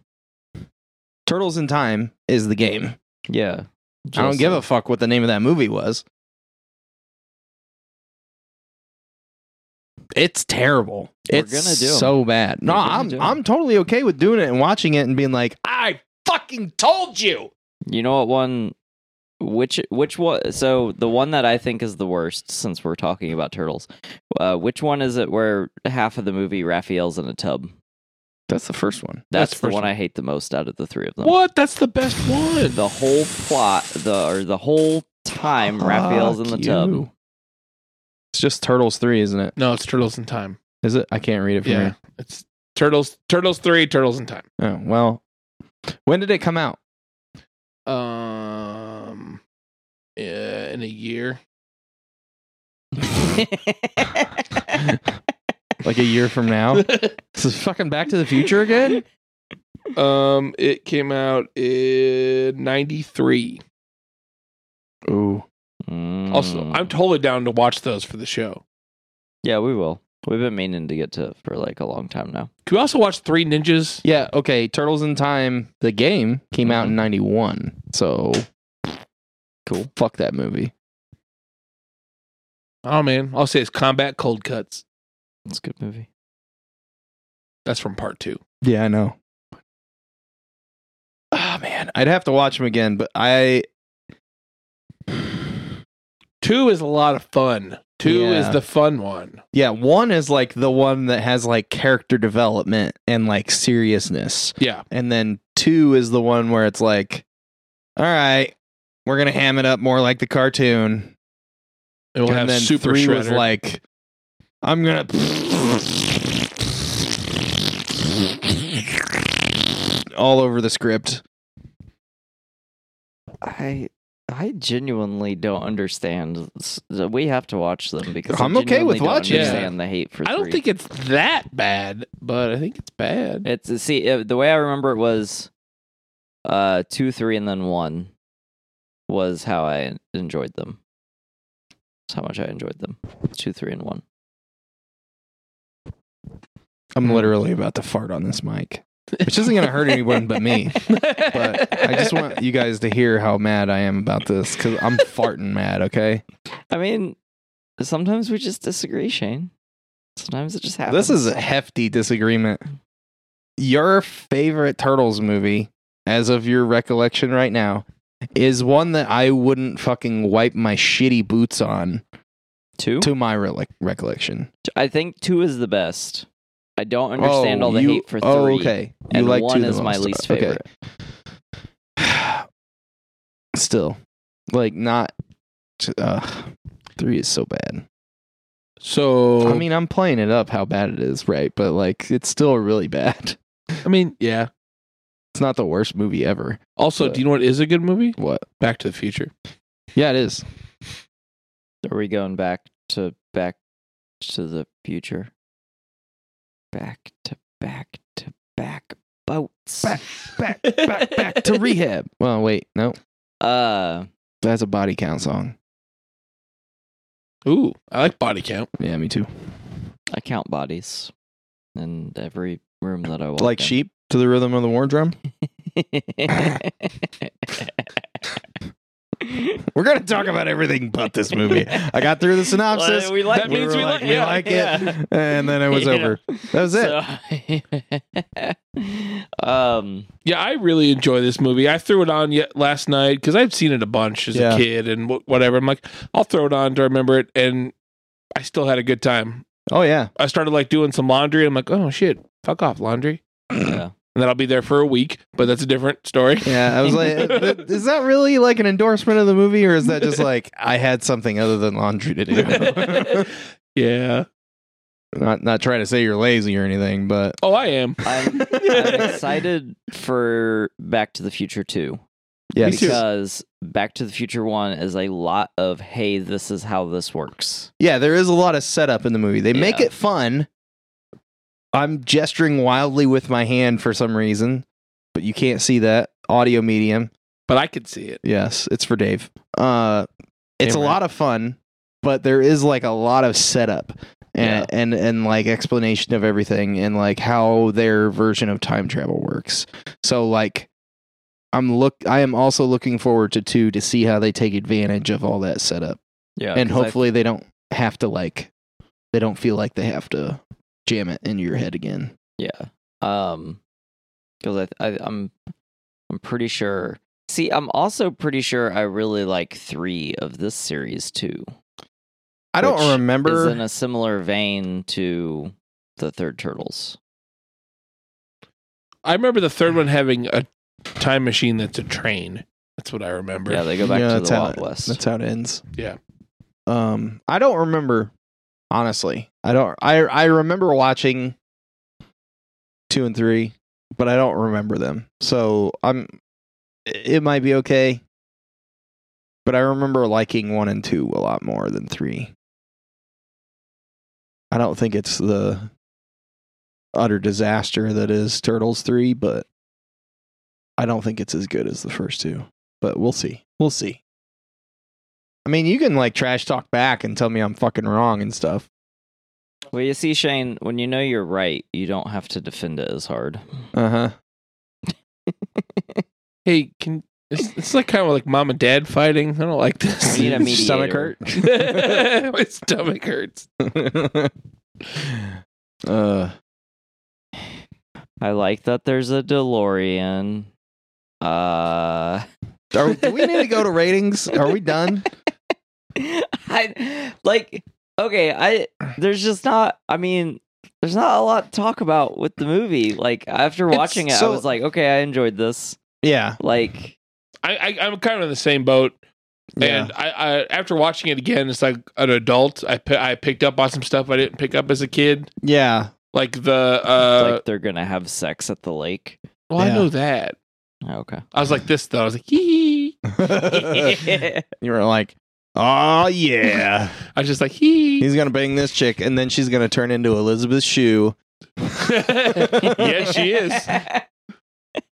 Speaker 1: Turtles in Time is the game.
Speaker 2: Yeah.
Speaker 1: I don't give a fuck what the name of that movie was. It's terrible.
Speaker 2: We're
Speaker 1: it's
Speaker 2: gonna do 'em.
Speaker 1: so bad. No,
Speaker 2: We're gonna
Speaker 1: I'm
Speaker 2: do 'em.
Speaker 1: I'm totally okay with doing it and watching it and being like, I fucking told you.
Speaker 2: You know what one? Which which one? So the one that I think is the worst, since we're talking about turtles, uh, which one is it? Where half of the movie Raphael's in a tub.
Speaker 1: That's the first one.
Speaker 3: That's
Speaker 2: That's, the
Speaker 3: the first
Speaker 2: one
Speaker 3: one.
Speaker 2: I hate the most out of the three of them.
Speaker 3: What? That's the best one.
Speaker 2: The whole plot, the or the whole time Raphael's in the
Speaker 1: Fuck
Speaker 2: tub. <laughs>
Speaker 1: you. It's just Turtles three, isn't it?
Speaker 3: no, it's Turtles in Time.
Speaker 1: Is it? I can't read it from
Speaker 3: Yeah,
Speaker 1: here.
Speaker 3: it's Turtles. Turtles three. Turtles in Time.
Speaker 1: Oh well. When did it come
Speaker 2: <laughs>
Speaker 1: out?
Speaker 3: Um, yeah, in a year.
Speaker 1: Like a year from
Speaker 2: <laughs>
Speaker 1: now? this is fucking Back to the Future again.
Speaker 3: <laughs> um, it came out in '93.
Speaker 1: Ooh,
Speaker 2: Mm.
Speaker 3: Also, I'm totally down to watch those for the show.
Speaker 2: yeah, we will. We've been meaning to get to it for like a long time now.
Speaker 3: Can we also watch Three Ninjas?
Speaker 1: Yeah, okay. Turtles in Time, the game, came out in 91. So Mm-hmm. cool. Fuck that movie.
Speaker 3: Oh man, I'll say it's Combat Cold Cuts.
Speaker 2: It's a good movie.
Speaker 3: That's from part two.
Speaker 1: Yeah, I know. Ah, man. I'd have to watch them again, but I.
Speaker 3: Two is a lot of fun. Two
Speaker 1: Yeah.
Speaker 3: is the fun one.
Speaker 1: Yeah, one is like the one that has like character development and like seriousness.
Speaker 3: Yeah.
Speaker 1: And then two is the one where it's like, all right, we're going to ham it up more like the cartoon.
Speaker 3: And we'll
Speaker 1: and
Speaker 3: have
Speaker 1: then
Speaker 3: Super
Speaker 1: three
Speaker 3: Shredder.
Speaker 1: was like, I'm gonna. All over the script.
Speaker 2: I I genuinely don't understand. s- We have to watch them because I
Speaker 1: I'm okay
Speaker 2: genuinely
Speaker 1: with
Speaker 2: don't
Speaker 1: watching
Speaker 3: it.
Speaker 2: Understand the hate for.
Speaker 3: I don't
Speaker 2: three.
Speaker 3: think it's that bad, but I think it's bad.
Speaker 2: It's see uh, the way I remember it was, uh, two, three, and then one, was how I enjoyed them. That's how much I enjoyed them. Two, three, and one.
Speaker 1: I'm literally about to fart on this mic, which isn't gonna
Speaker 2: <laughs>
Speaker 1: hurt anyone but me. But I just want you guys to hear how mad I am about this because I'm farting mad. Okay,
Speaker 2: I mean, sometimes we just disagree, Shane. Sometimes it just happens.
Speaker 1: this is a hefty disagreement. Your favorite Turtles movie, as of your recollection right now, is one that I wouldn't fucking wipe my shitty boots on.
Speaker 2: two.
Speaker 1: to my re- recollection.
Speaker 2: I think two is the best. I don't understand all the
Speaker 1: Oh, you-
Speaker 2: hate for three.
Speaker 1: Oh, okay. You
Speaker 2: And
Speaker 1: like
Speaker 2: one
Speaker 1: two the
Speaker 2: is my
Speaker 1: most.
Speaker 2: least
Speaker 1: Okay.
Speaker 2: favorite.
Speaker 1: <sighs> Still, like not. Uh, three is so bad.
Speaker 3: so
Speaker 1: I mean, I'm playing it up how bad it is, right? But like, it's still really bad. <laughs>
Speaker 3: I mean, yeah.
Speaker 1: It's not the worst movie ever.
Speaker 3: Also,
Speaker 1: But-
Speaker 3: do you know what is a good movie?
Speaker 1: What?
Speaker 3: Back to the Future.
Speaker 1: Yeah, it is.
Speaker 2: Are we going back to back to the future? Back to back to back boats.
Speaker 1: back, back, back
Speaker 2: <laughs>
Speaker 1: to rehab. Well, wait, no,
Speaker 2: Uh,
Speaker 1: that's a body count song.
Speaker 3: Ooh, I like Body Count.
Speaker 1: Yeah, me too.
Speaker 2: I count bodies in every room that I walk.
Speaker 1: Like
Speaker 2: in. <laughs>
Speaker 1: sheep to the rhythm of the war drum. We're gonna talk about everything but this
Speaker 2: <laughs>
Speaker 1: movie. I got through the synopsis.
Speaker 2: Well, we like
Speaker 3: That means
Speaker 1: were
Speaker 3: we
Speaker 1: like,
Speaker 3: like-
Speaker 1: we
Speaker 2: yeah,
Speaker 1: like
Speaker 2: yeah.
Speaker 1: it, <laughs> and then it was
Speaker 2: You
Speaker 1: over. That was it.
Speaker 2: it. <laughs> um,
Speaker 3: Yeah, I really enjoy this movie. I threw it on yet last night because I've seen it a bunch as
Speaker 1: Yeah.
Speaker 3: a kid and wh- whatever. I'm like, I'll throw it on to remember it, and I still had a good time.
Speaker 1: oh yeah,
Speaker 3: I started like doing some laundry. I'm like, oh shit, fuck off laundry,
Speaker 2: yeah.
Speaker 3: and then I'll be there for a week. But that's a different
Speaker 2: <laughs>
Speaker 3: story. <laughs>
Speaker 1: yeah. I was like, th- is that really like an endorsement of the movie, or is that just like I had something other than laundry to
Speaker 3: <laughs>
Speaker 1: do?
Speaker 3: yeah.
Speaker 1: not not trying to say you're lazy or anything, but
Speaker 3: Oh, I am.
Speaker 2: <laughs> I'm, <laughs> I'm excited for Back to the Future 2
Speaker 1: yeah,
Speaker 3: Me too.
Speaker 2: because Back to the Future 1 is a lot of, hey, this is how this works.
Speaker 1: yeah. There is a lot of setup in the movie. They make
Speaker 2: Yeah.
Speaker 1: it fun. I'm gesturing wildly with my hand for some reason, but you can't see that audio medium.
Speaker 3: But I could see it.
Speaker 1: Yes, it's for Dave. Uh, it's
Speaker 3: Damn
Speaker 1: a
Speaker 3: right.
Speaker 1: lot of fun, but there is like a lot of setup and, and and like explanation of everything and like how their version of time travel works. So like, I'm look. I am also looking forward to two to see how they take advantage of all that setup,
Speaker 2: Yeah.
Speaker 1: and hopefully they don't have to like, they don't feel like they have to jam it into your head again.
Speaker 2: Yeah. Um, because I, I I'm I'm pretty sure. See, I'm also pretty sure I really like three of this series too.
Speaker 1: I
Speaker 2: don't
Speaker 1: don't remember.
Speaker 2: Is in a similar vein to the third Turtles.
Speaker 3: I remember the third one having a time machine that's a train. That's what I remember.
Speaker 2: Yeah, they go back
Speaker 1: Yeah,
Speaker 2: to
Speaker 1: that's
Speaker 2: the
Speaker 1: how
Speaker 2: Wild
Speaker 1: it-
Speaker 2: West.
Speaker 1: That's how it ends.
Speaker 3: Yeah.
Speaker 1: Um, I don't remember. Honestly, I don't. I I remember watching two and three, but I don't remember them. So I'm. It might be okay, but I remember liking one and two a lot more than three. I don't think it's the utter disaster that is Turtles three, but I don't think it's as good as the first two. But we'll see. We'll see. I mean, you can like trash talk back and tell me I'm fucking wrong and stuff.
Speaker 2: well, you see, Shane, when you know you're right, you don't have to defend it as hard.
Speaker 1: Uh huh.
Speaker 3: Hey, can it's, it's like kind of like mom and dad fighting. I don't like this.
Speaker 2: We need a
Speaker 3: <laughs>
Speaker 2: mediator.
Speaker 1: Stomach hurt.
Speaker 3: My stomach hurts.
Speaker 1: <laughs> uh,
Speaker 2: I like that there's a DeLorean. Uh, <laughs>
Speaker 1: are, do we need to go to ratings? Are we done?
Speaker 2: I like okay, I there's just not I mean, there's not a lot to talk about with the movie. Like after
Speaker 1: It's
Speaker 2: watching it,
Speaker 1: so-
Speaker 2: I was like, okay, I enjoyed this.
Speaker 1: Yeah.
Speaker 2: Like
Speaker 3: I, I I'm kind of in the same boat. And I, I after watching it again, it's like an adult. I pi- I picked up on some stuff I didn't pick up as a kid,
Speaker 1: yeah.
Speaker 3: like the. uh
Speaker 2: like they're gonna have sex at the lake. Oh,
Speaker 3: Well,
Speaker 1: Yeah.
Speaker 3: I know that. <laughs>
Speaker 2: Okay.
Speaker 3: I was like this though. I was like, hee.
Speaker 1: you were like, oh yeah,
Speaker 3: I was just like hee. <laughs>
Speaker 1: he's gonna bang this chick, and then she's gonna turn into Elizabeth Shue.
Speaker 3: yes,
Speaker 2: <laughs>
Speaker 3: she is.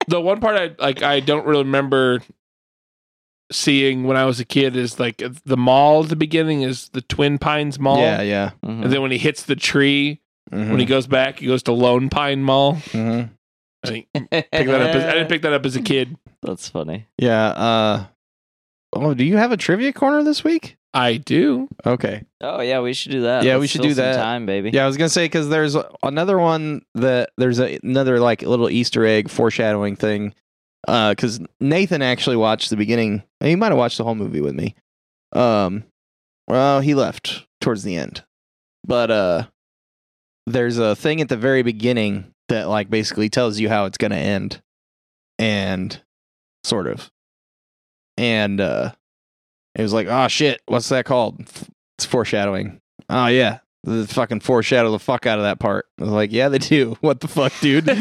Speaker 3: the one part I like I don't really remember seeing when I was a kid is like the mall at the beginning is the Twin Pines Mall.
Speaker 1: Yeah, yeah.
Speaker 3: And
Speaker 2: Mhm.
Speaker 3: then when he hits the tree,
Speaker 1: Mhm,
Speaker 3: when he goes back, he goes to Lone Pine Mall.
Speaker 1: mhm.
Speaker 3: I didn't pick that up. As,
Speaker 2: <laughs>
Speaker 3: I didn't pick that up as a kid.
Speaker 2: That's funny.
Speaker 1: Yeah. Uh, oh, do you have a trivia corner this week?
Speaker 3: I do.
Speaker 1: Okay.
Speaker 2: Oh yeah, we should do that.
Speaker 1: Yeah, we
Speaker 2: Let's
Speaker 1: should
Speaker 2: fill
Speaker 1: do
Speaker 2: some
Speaker 1: that.
Speaker 2: Time, baby.
Speaker 1: Yeah, I was gonna say because there's another one that there's a, another like little Easter egg foreshadowing thing. Because Nathan actually watched the beginning. He might have watched the whole movie with me. Um, well, he left towards the end, but uh, there's a thing at the very beginning that like basically tells you how it's gonna end, and sort of, and uh, it was like, oh shit, what's that called? It's foreshadowing. Oh yeah, the fucking foreshadow the fuck out of that part. I was like, yeah, they do. <laughs> What the fuck, dude?
Speaker 3: do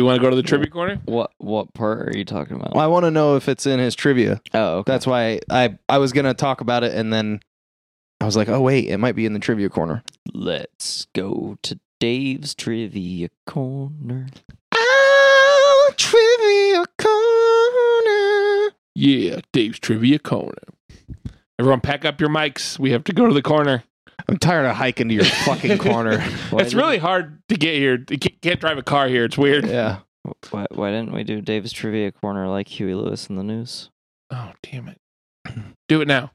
Speaker 3: you want to go to the tribute corner?
Speaker 2: What what part are you talking about?
Speaker 1: I want to know if it's in his trivia.
Speaker 2: Oh, okay.
Speaker 1: That's why I I was gonna talk about it, and then I was like, oh wait, it might be in the trivia corner.
Speaker 2: Let's go to Dave's trivia corner.
Speaker 1: Oh, trivia corner.
Speaker 3: Yeah, Dave's trivia corner. Everyone, pack up your mics. We have to go to the corner.
Speaker 1: I'm tired of hiking to your fucking <laughs> corner.
Speaker 2: Why
Speaker 3: it's really hard to get here. You can't- can't drive a car here. It's weird.
Speaker 1: yeah.
Speaker 2: Why, why didn't we do Dave's Trivia Corner like Huey Lewis in the news?
Speaker 3: Oh damn it! <clears throat> Do it now.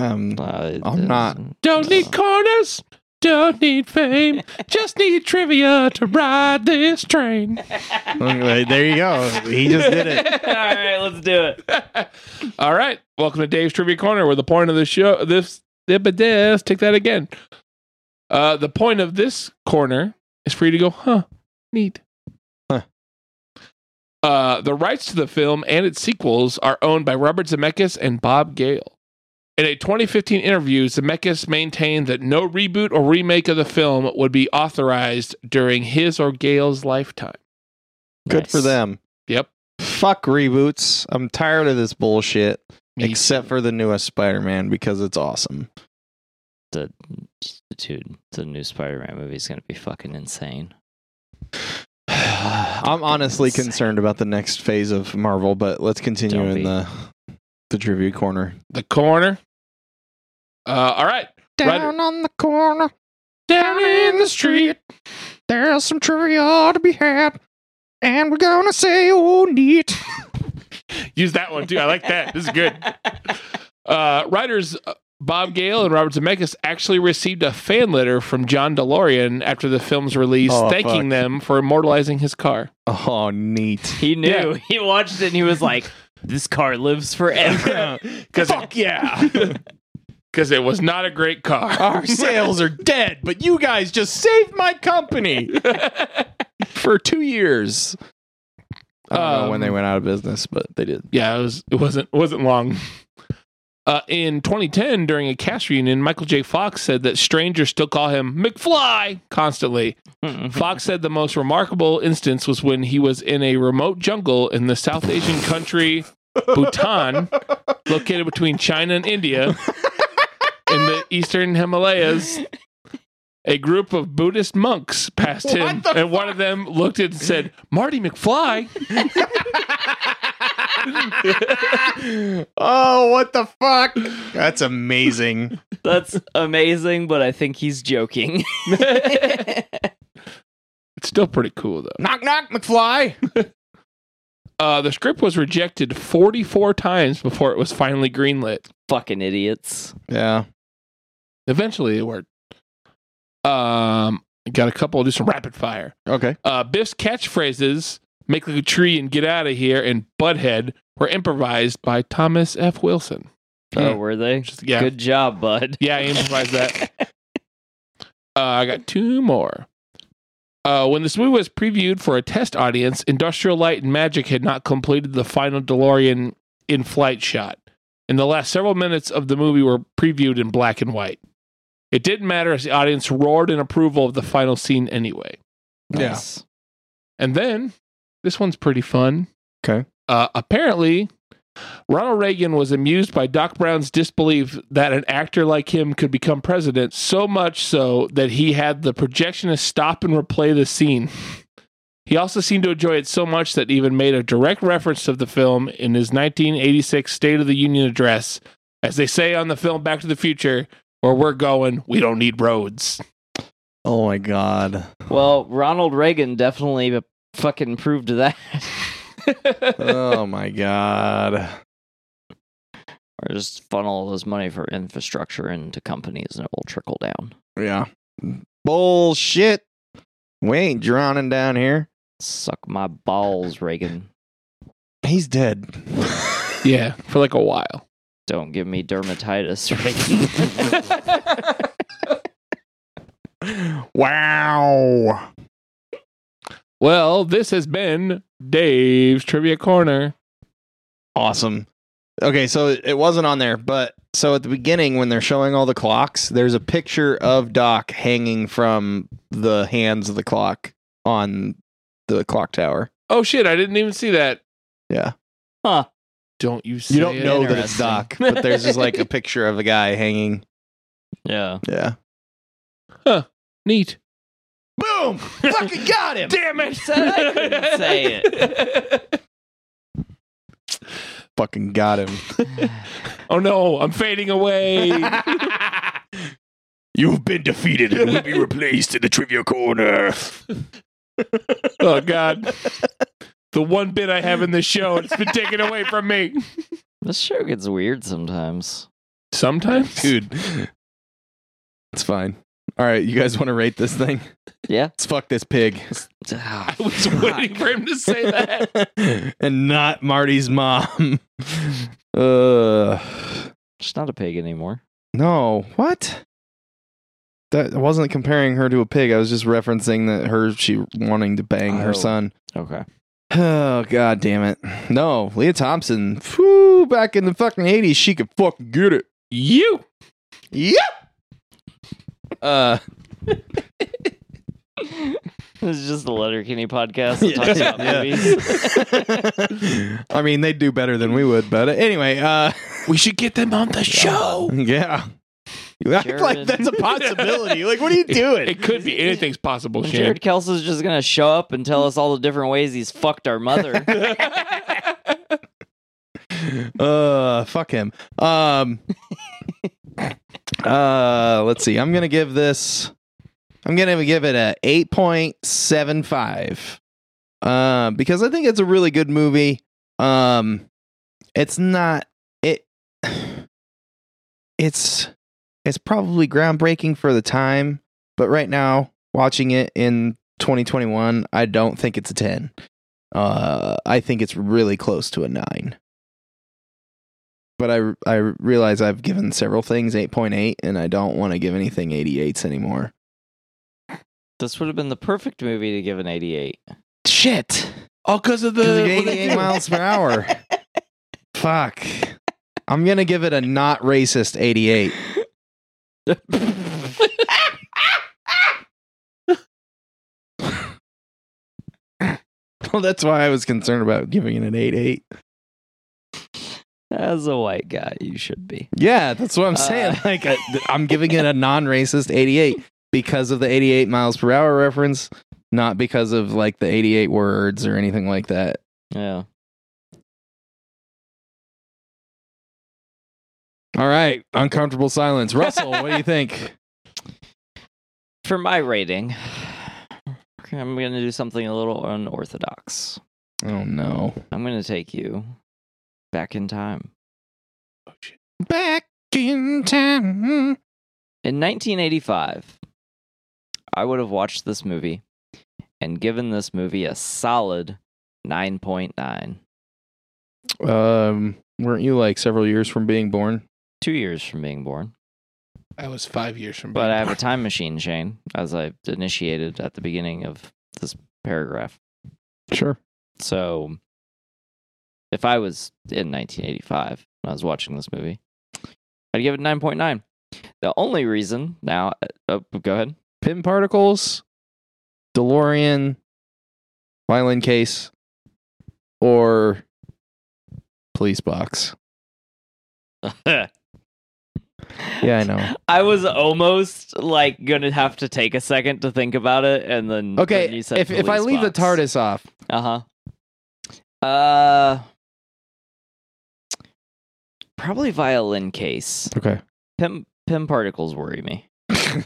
Speaker 1: Um,
Speaker 2: Uh, it
Speaker 1: I'm not-
Speaker 2: doesn't-
Speaker 3: Don't need
Speaker 2: uh,
Speaker 3: corners. Don't need fame. Just need trivia to ride this train.
Speaker 1: okay, there you go. He just did it.
Speaker 2: All <laughs> right, let's do it.
Speaker 3: <laughs> All right, welcome to Dave's Trivia Corner, where the point of the show this this take that again. Uh, the point of this corner is for you to go, huh? Neat.
Speaker 1: Huh.
Speaker 3: Uh, the rights to the film and its sequels are owned by Robert Zemeckis and Bob Gale. In a 2015 interview, Zemeckis maintained that no reboot or remake of the film would be authorized during his or Gale's lifetime.
Speaker 1: Good for
Speaker 2: Nice.
Speaker 1: them.
Speaker 3: Yep.
Speaker 1: Fuck reboots. I'm tired of this bullshit.
Speaker 3: Me
Speaker 1: except for the newest Spider-Man because it's awesome.
Speaker 2: The dude, the new Spider-Man movie is gonna be fucking insane.
Speaker 1: <sighs> I'm honestly
Speaker 2: Insane.
Speaker 1: concerned about the next phase of Marvel, but let's continue
Speaker 2: Don't
Speaker 1: in
Speaker 2: be.
Speaker 1: the the trivia corner.
Speaker 3: the corner. Uh, all right. Right-
Speaker 1: on the corner,
Speaker 3: Down in the street.
Speaker 1: there's some trivia to be had, and we're gonna say oh neat.
Speaker 3: Use that one too. I like that. This is
Speaker 1: <laughs>
Speaker 3: good. Uh, writers uh, Bob Gale and Robert Zemeckis actually received a fan letter from John DeLorean after the film's release,
Speaker 1: Oh,
Speaker 3: thanking
Speaker 1: fuck.
Speaker 3: them for immortalizing his car.
Speaker 1: Oh neat.
Speaker 2: He knew.
Speaker 3: Yeah.
Speaker 2: He watched it and he was like, "This car lives forever."
Speaker 1: <laughs>
Speaker 2: <laughs>
Speaker 3: Fuck yeah. Because it was not a
Speaker 1: <laughs>
Speaker 3: great car.
Speaker 1: Our sales are dead, but you guys just saved my <laughs> company for two years. I don't know when they
Speaker 3: Um,
Speaker 1: went out of business, but they did.
Speaker 3: yeah, it was. It wasn't. wasn't long. <laughs> Uh, in 2010, during a cast reunion, Michael J. Fox said that strangers still call him McFly constantly. Fox said the most remarkable instance was when he was in a remote jungle in the South Asian country Bhutan, located between China and India, in the eastern Himalayas. A group of Buddhist monks passed him, and one of them looked at and said, "Marty McFly."
Speaker 1: <laughs> oh, what the fuck? That's amazing.
Speaker 2: That's amazing, but I think he's <laughs> joking.
Speaker 3: It's still pretty cool, though.
Speaker 1: knock, knock, McFly.
Speaker 3: Uh, the script was rejected 44 times before it was finally greenlit.
Speaker 2: Fucking idiots.
Speaker 1: Yeah.
Speaker 3: Eventually, it worked. Um, got a couple. Do some rapid fire.
Speaker 1: Okay.
Speaker 3: uh, Biff's catchphrases, make like a tree and get out of here, and butthead were improvised by Thomas F. Wilson.
Speaker 2: Oh, were they?
Speaker 3: Just- yeah.
Speaker 2: Good job, <laughs> bud.
Speaker 3: Yeah, he improvised that. Uh, I got two more. Uh, when this movie was previewed for a test audience, Industrial Light and Magic had not completed the final DeLorean in flight shot. And the last several minutes of the movie were previewed in black and white. It didn't matter as the audience roared in approval of the final scene anyway.
Speaker 1: Yeah.
Speaker 2: Nice.
Speaker 3: And then this one's pretty fun.
Speaker 1: Okay.
Speaker 3: Uh, apparently, Ronald Reagan was amused by Doc Brown's disbelief that an actor like him could become president, so much so that he had the projectionist stop and replay the scene. <laughs> He also seemed to enjoy it so much that he even made a direct reference to the film in his 1986 State of the Union address. As they say on the film Back to the Future, where we're going, we don't need roads.
Speaker 1: Oh my god.
Speaker 2: Well, Ronald Reagan definitely fucking proved
Speaker 3: <laughs>
Speaker 2: that.
Speaker 1: Oh my god.
Speaker 2: or just funnel all this money for infrastructure into companies and it will trickle down.
Speaker 1: Yeah. Bullshit. We ain't drowning down here.
Speaker 2: Suck my balls, Reagan.
Speaker 1: He's dead.
Speaker 3: Yeah, for like a while.
Speaker 2: Don't give me dermatitis, <laughs> Reagan.
Speaker 1: <laughs>
Speaker 2: <laughs>
Speaker 1: wow.
Speaker 3: Well, this has been Dave's Trivia Corner.
Speaker 1: Awesome. Okay, so it- it wasn't on there, but so at the beginning when they're showing all the clocks, there's a picture of Doc hanging from the hands of the clock on the clock tower.
Speaker 3: Oh shit, I didn't even see that.
Speaker 1: Yeah.
Speaker 2: Huh.
Speaker 3: Don't you see
Speaker 1: You don't know that it's
Speaker 2: Interesting.
Speaker 1: Doc, but there's just like a <laughs> picture of a guy hanging.
Speaker 2: yeah.
Speaker 1: Yeah.
Speaker 3: Neat.
Speaker 1: Boom! Fucking got him!
Speaker 3: Damn it!
Speaker 2: said <laughs> I couldn't say
Speaker 3: it.
Speaker 1: <laughs> Fucking got him.
Speaker 3: <laughs> Oh no, I'm
Speaker 1: <laughs>
Speaker 3: fading away.
Speaker 1: You've been defeated
Speaker 3: and will
Speaker 1: <laughs>
Speaker 3: be
Speaker 1: replaced in the trivia corner.
Speaker 3: oh god. the one bit I have in this show. It's been taken away from me.
Speaker 2: This show gets weird sometimes.
Speaker 3: Sometimes,
Speaker 1: dude. It's fine. All right, you guys want to rate this thing?
Speaker 2: Yeah.
Speaker 1: Let's fuck this pig.
Speaker 2: Ah,
Speaker 3: <laughs> <laughs> I was
Speaker 2: fuck.
Speaker 3: waiting for him to say that.
Speaker 1: <laughs> and not Marty's mom. <laughs> Uh,
Speaker 2: She's not a pig anymore.
Speaker 1: no, what? That I wasn't comparing her to a pig. I was just referencing that her she wanting to bang
Speaker 2: Oh.
Speaker 1: her son. <sighs>
Speaker 2: Okay.
Speaker 1: Oh god damn it! No, Leah Thompson. Whew, back in the fucking eighties, she could fucking get it.
Speaker 3: You.
Speaker 1: Yep. Uh,
Speaker 2: <laughs> This is just the Letter
Speaker 1: <laughs>
Speaker 2: Kenny podcast
Speaker 1: Yeah.
Speaker 2: that talks about
Speaker 1: Yeah.
Speaker 2: <laughs> movies.
Speaker 1: <laughs> I mean, they'd do better than we would, but anyway, uh,
Speaker 3: We should get them on the show.
Speaker 1: <laughs> yeah. You act like
Speaker 2: Jared.
Speaker 1: that's a possibility. Like, what are you
Speaker 3: <laughs>
Speaker 1: doing?
Speaker 3: It could be anything's possible,
Speaker 2: And
Speaker 3: Shane.
Speaker 2: Jared Kelso's just gonna show up and tell us all the different ways he's fucked our mother.
Speaker 1: <laughs>
Speaker 3: <laughs>
Speaker 1: uh fuck him um uh let's see i'm gonna give this i'm gonna give it a 8.75 uh, because i think it's a really good movie um it's not it it's it's probably groundbreaking for the time but right now watching it in 2021 i don't think it's a 10 uh i think it's really close to a 9 but I I realize I've given several things 8.8 and I don't want to give anything 88s anymore.
Speaker 2: this would have been the perfect movie to give an 88.
Speaker 1: Shit.
Speaker 3: All because of
Speaker 1: Cuz
Speaker 3: the.
Speaker 2: <laughs>
Speaker 1: it's 88 miles per hour. <laughs> Fuck. I'm going to give it a not racist 88. <laughs> Well, that's why I was concerned about giving it an 88.
Speaker 2: <laughs> As a white guy, you should be.
Speaker 1: Yeah, that's what I'm saying.
Speaker 2: Uh.
Speaker 1: like I, I'm giving it a non-racist 88 because of the 88 miles per hour reference, not because of like the 88 words or anything like that.
Speaker 2: Yeah.
Speaker 1: All right, uncomfortable silence. Russell, what do you think? <laughs>
Speaker 2: For my rating, <sighs> I'm gonna do something a little unorthodox.
Speaker 1: Oh no.
Speaker 2: I'm gonna take you back in time.
Speaker 1: Back in time.
Speaker 2: In 1985, I would have watched this movie and given this movie a solid 9.9.
Speaker 1: Um, weren't you like several years from being born?
Speaker 2: Two years from being born.
Speaker 3: I was five years from.
Speaker 2: But
Speaker 3: being
Speaker 2: I have a
Speaker 3: born.
Speaker 2: time machine, Shane, as I initiated at the beginning of this paragraph.
Speaker 1: Sure.
Speaker 2: So if I was in 1985 and I was watching this movie, I'd give it 9.9. The only reason now, oh, go ahead.
Speaker 1: Pin particles, DeLorean, violin case, or police box.
Speaker 2: <laughs>
Speaker 1: Yeah, I know.
Speaker 2: I was almost like gonna have to take a second to think about it, and then
Speaker 1: Okay, if if I leave the TARDIS off,
Speaker 2: uh huh. Uh, probably violin case.
Speaker 1: okay.
Speaker 2: Pim pim particles worry me <laughs> for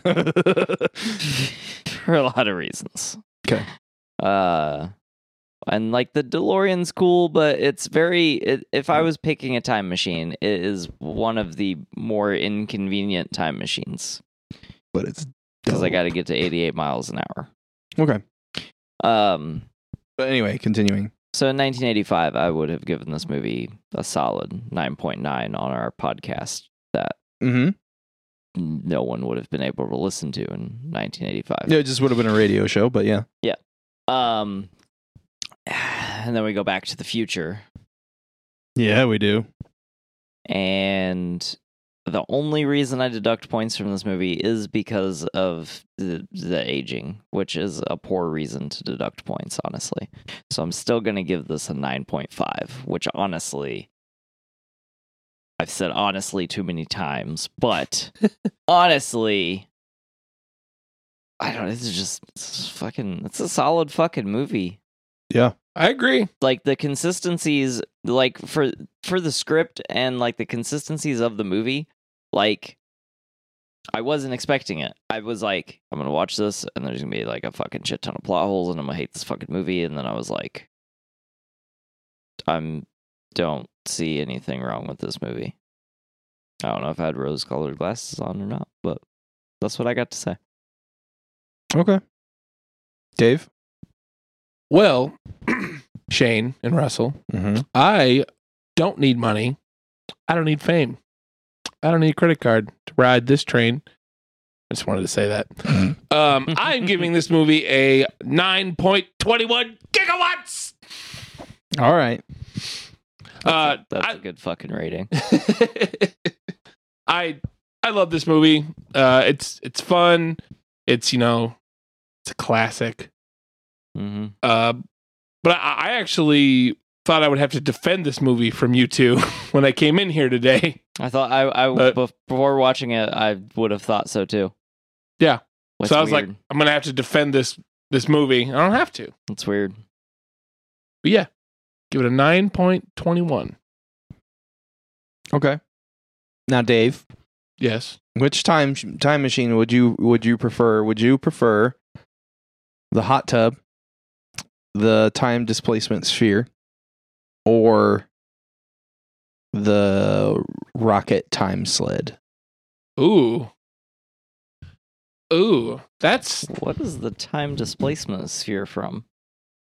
Speaker 2: a lot of reasons.
Speaker 1: 'Kay.
Speaker 2: Uh, and like the DeLorean's cool, but it's very. It, if I was picking a time machine, it is one of the more inconvenient time machines
Speaker 1: <laughs> but it's
Speaker 2: because I
Speaker 1: dope.
Speaker 2: got to get to 88 miles an hour.
Speaker 1: okay.
Speaker 2: Um,
Speaker 1: But anyway, continuing.
Speaker 2: so in 1985, I would have given this movie a solid 9.9 on our podcast that
Speaker 1: Mm-hmm.
Speaker 2: no one would have been able to listen to in 1985.
Speaker 1: Yeah, it just would have been a radio show, but yeah.
Speaker 2: Um, <sighs> and then we go back to the future,
Speaker 1: Yeah, we do.
Speaker 2: and the only reason I deduct points from this movie is because of the, the aging, which is a poor reason to deduct points, honestly. So I'm still going to give this a 9.5, which honestly, I've said honestly too many times, but honestly, I don't. This is just this is fucking. It's a solid fucking movie
Speaker 3: I agree.
Speaker 2: like the consistencies like for for the script and like the consistencies of the movie like i wasn't expecting it i was like i'm gonna watch this and there's gonna be like a fucking shit ton of plot holes and i'm gonna hate this fucking movie and then i was like I'm don't see anything wrong with this movie. I don't know if I had rose colored glasses on or not, but that's what I got to say.
Speaker 1: Okay. Dave?
Speaker 3: Well, <clears throat> Shane and Russell,
Speaker 1: Mm-hmm.
Speaker 3: I don't need money. I don't need fame. I don't need a credit card to ride this train. I just wanted to say that. Um, I'm giving this movie a 9.21 gigawatts.
Speaker 1: All right.
Speaker 2: <laughs>
Speaker 3: Uh,
Speaker 2: That's, a, that's
Speaker 3: I-
Speaker 2: a good fucking rating.
Speaker 3: I I love this movie. Uh, it's it's fun. It's you know, it's a classic.
Speaker 2: hmm
Speaker 3: Uh, but I, I actually thought I would have to defend this movie from you two <laughs> when I came in here today.
Speaker 2: I thought I, I
Speaker 3: But-
Speaker 2: bef- before watching it, I would have thought so too.
Speaker 3: Yeah.
Speaker 2: It's
Speaker 3: so I was like,
Speaker 2: weird.
Speaker 3: I'm gonna have to defend this this movie. I don't have to.
Speaker 2: it's weird.
Speaker 3: But yeah, give it a nine point twenty one.
Speaker 1: Okay. Now, Dave,
Speaker 3: Yes.
Speaker 1: which time time machine would you would you prefer? Would you prefer the hot tub, the time displacement sphere, or the rocket time sled?
Speaker 3: Ooh. Ooh. That's
Speaker 2: What is the time displacement sphere from?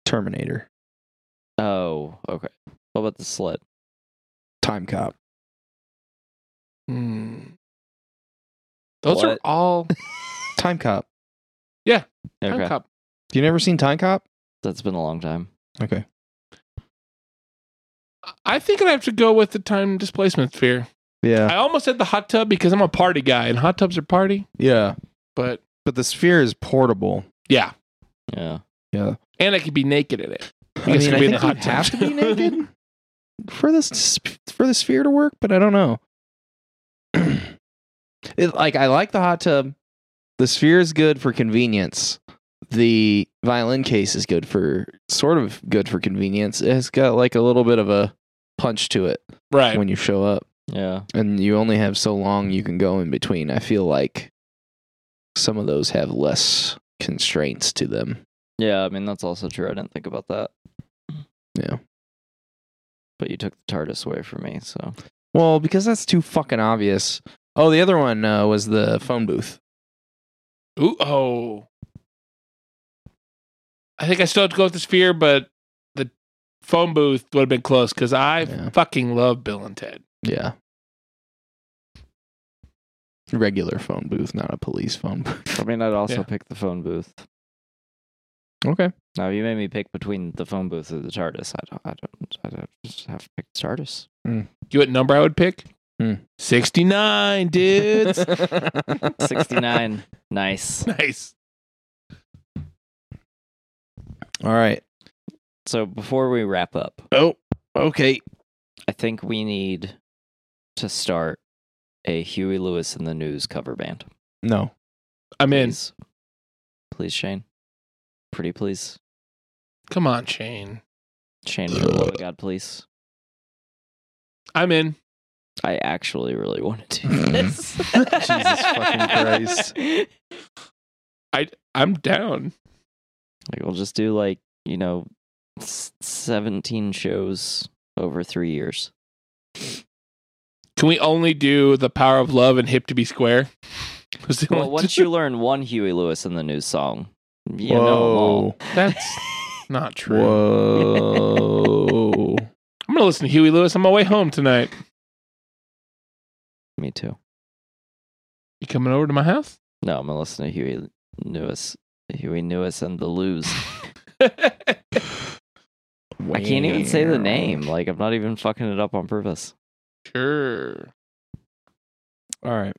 Speaker 1: Terminator,
Speaker 2: Oh, okay. What about the sled?
Speaker 1: Time Cop.
Speaker 3: hmm. Those are
Speaker 2: What?
Speaker 3: all
Speaker 1: Time Cop.
Speaker 3: Time
Speaker 2: <laughs> Okay,
Speaker 3: Cop.
Speaker 1: You never seen Time Cop?
Speaker 2: that's been a long time.
Speaker 1: Okay.
Speaker 3: I think I'd have to go with the time displacement sphere.
Speaker 1: Yeah.
Speaker 3: I almost said the hot tub because I'm a party guy and hot tubs are party,
Speaker 1: Yeah.
Speaker 3: but
Speaker 1: But the sphere is portable.
Speaker 3: yeah.
Speaker 2: Yeah.
Speaker 1: Yeah.
Speaker 3: And I could be naked in it.
Speaker 1: I
Speaker 3: guess
Speaker 1: mean,
Speaker 3: it
Speaker 1: I
Speaker 3: could be in
Speaker 1: think
Speaker 3: the
Speaker 1: you
Speaker 3: hot
Speaker 1: have to
Speaker 3: tub.
Speaker 1: be
Speaker 3: <laughs>
Speaker 1: naked for this sp- for the sphere to work, but I don't know. <clears throat> it, like I like the hot tub. The sphere is good for convenience. The violin case is good for sort of good for convenience. It's got like a little bit of a punch to it
Speaker 3: Right.
Speaker 1: when you show up,
Speaker 2: Yeah.
Speaker 1: and you only have so long you can go in between. I feel like some of those have less constraints to them.
Speaker 2: Yeah, I mean that's also true. I didn't think about that.
Speaker 1: Yeah.
Speaker 2: But you took the TARDIS away from me, so
Speaker 1: Well, because that's too fucking obvious. Oh, the other one uh, was the phone booth.
Speaker 3: Ooh, oh. I think I still have to go with the sphere, but the phone booth would have been close because I
Speaker 1: Yeah.
Speaker 3: fucking love Bill and Ted.
Speaker 1: Yeah. Regular phone booth, not a police phone booth. <laughs>
Speaker 2: I mean I'd also
Speaker 3: Yeah.
Speaker 2: pick the phone booth.
Speaker 1: Okay.
Speaker 2: Now you made me pick between the phone booth or the TARDIS. I don't I don't I'd have- just have to pick the TARDIS.
Speaker 3: You know what number I would pick?
Speaker 1: Hmm. <laughs>
Speaker 3: 69, dudes. <laughs>
Speaker 2: Sixty nine. nice.
Speaker 3: nice.
Speaker 1: All right.
Speaker 2: So before we wrap up,
Speaker 1: Oh, okay.
Speaker 2: I think we need to start a Huey Lewis in the News cover band.
Speaker 1: No.
Speaker 3: I'm in.
Speaker 2: Please. Please, Shane. Pretty please.
Speaker 3: Come on, Shane.
Speaker 2: Shane, for the love of God, please.
Speaker 3: I'm in.
Speaker 2: I actually really want to do this. Jesus
Speaker 1: fucking Christ.
Speaker 2: <laughs> Like,
Speaker 3: I'm down.
Speaker 2: we'll just do like, you know, s- 17 shows over three years.
Speaker 3: Can we only do the power of love and hip to be square? <laughs> Was the
Speaker 2: Well,
Speaker 3: only-
Speaker 2: once you learn one Huey Lewis in the news song, you know 'em all.
Speaker 3: That's
Speaker 1: <laughs>
Speaker 3: not true.
Speaker 1: Whoa.
Speaker 3: I'm going to listen to Huey Lewis on my way home tonight.
Speaker 2: Me too.
Speaker 3: You coming over to my house?
Speaker 2: No, I'm going to listen to Huey Lewis. Huey Lewis and the Lose. <laughs> I can't even say the name. Like, I'm not even fucking it up on purpose.
Speaker 3: sure.
Speaker 1: All right.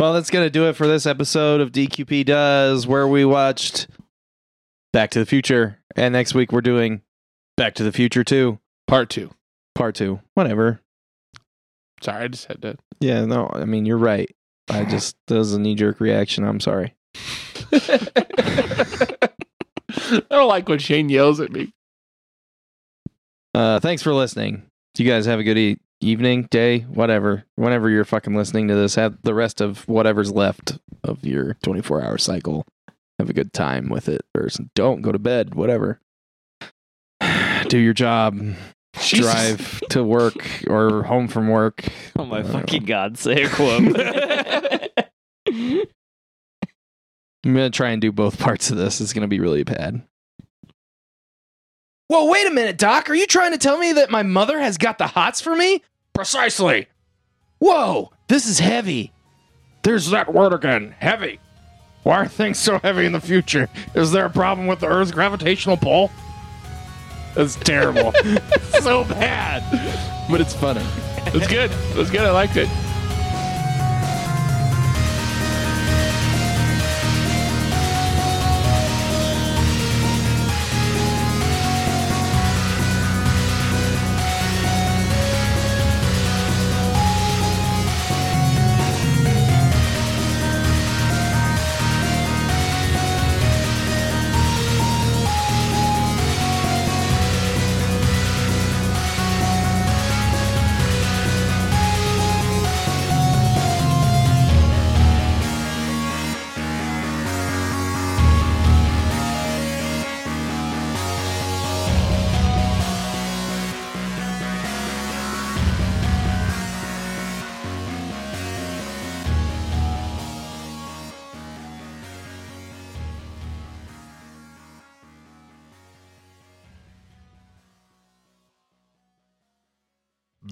Speaker 1: Well, that's going to do it for this episode of DQP Does, where we watched Back to the Future. And next week we're doing Back to the Future 2,
Speaker 3: Part two.
Speaker 1: Part 2. Whatever.
Speaker 3: Sorry, I just had to. <laughs>
Speaker 1: Yeah, no, I mean, you're right. I just, that was a knee jerk reaction. I'm sorry.
Speaker 3: I don't like when Shane yells at me.
Speaker 1: Uh, thanks for listening. You guys have a good e- evening, day, whatever. Whenever you're fucking listening to this, have the rest of whatever's left of your 24 hour cycle. Have a good <sighs> time with it, or s- don't go to bed, whatever. Do your job.
Speaker 3: Jesus.
Speaker 1: drive to work or home from work.
Speaker 2: Oh my
Speaker 1: Whatever.
Speaker 2: fucking god, say a quote. <laughs>
Speaker 1: I'm gonna try and do both <laughs> parts of this. It's gonna be really bad. Well, wait a minute, Doc. Are you trying to tell me that my mother has got the hots for me?
Speaker 3: Precisely.
Speaker 1: Whoa, this is heavy.
Speaker 3: There's that word again. Heavy.
Speaker 1: Why are things so heavy in the future?
Speaker 3: Is there a problem with the Earth's gravitational pull?
Speaker 1: <laughs>
Speaker 3: That's terrible. so bad.
Speaker 1: But it's funny.
Speaker 3: <laughs> That's good. That's good. I liked it.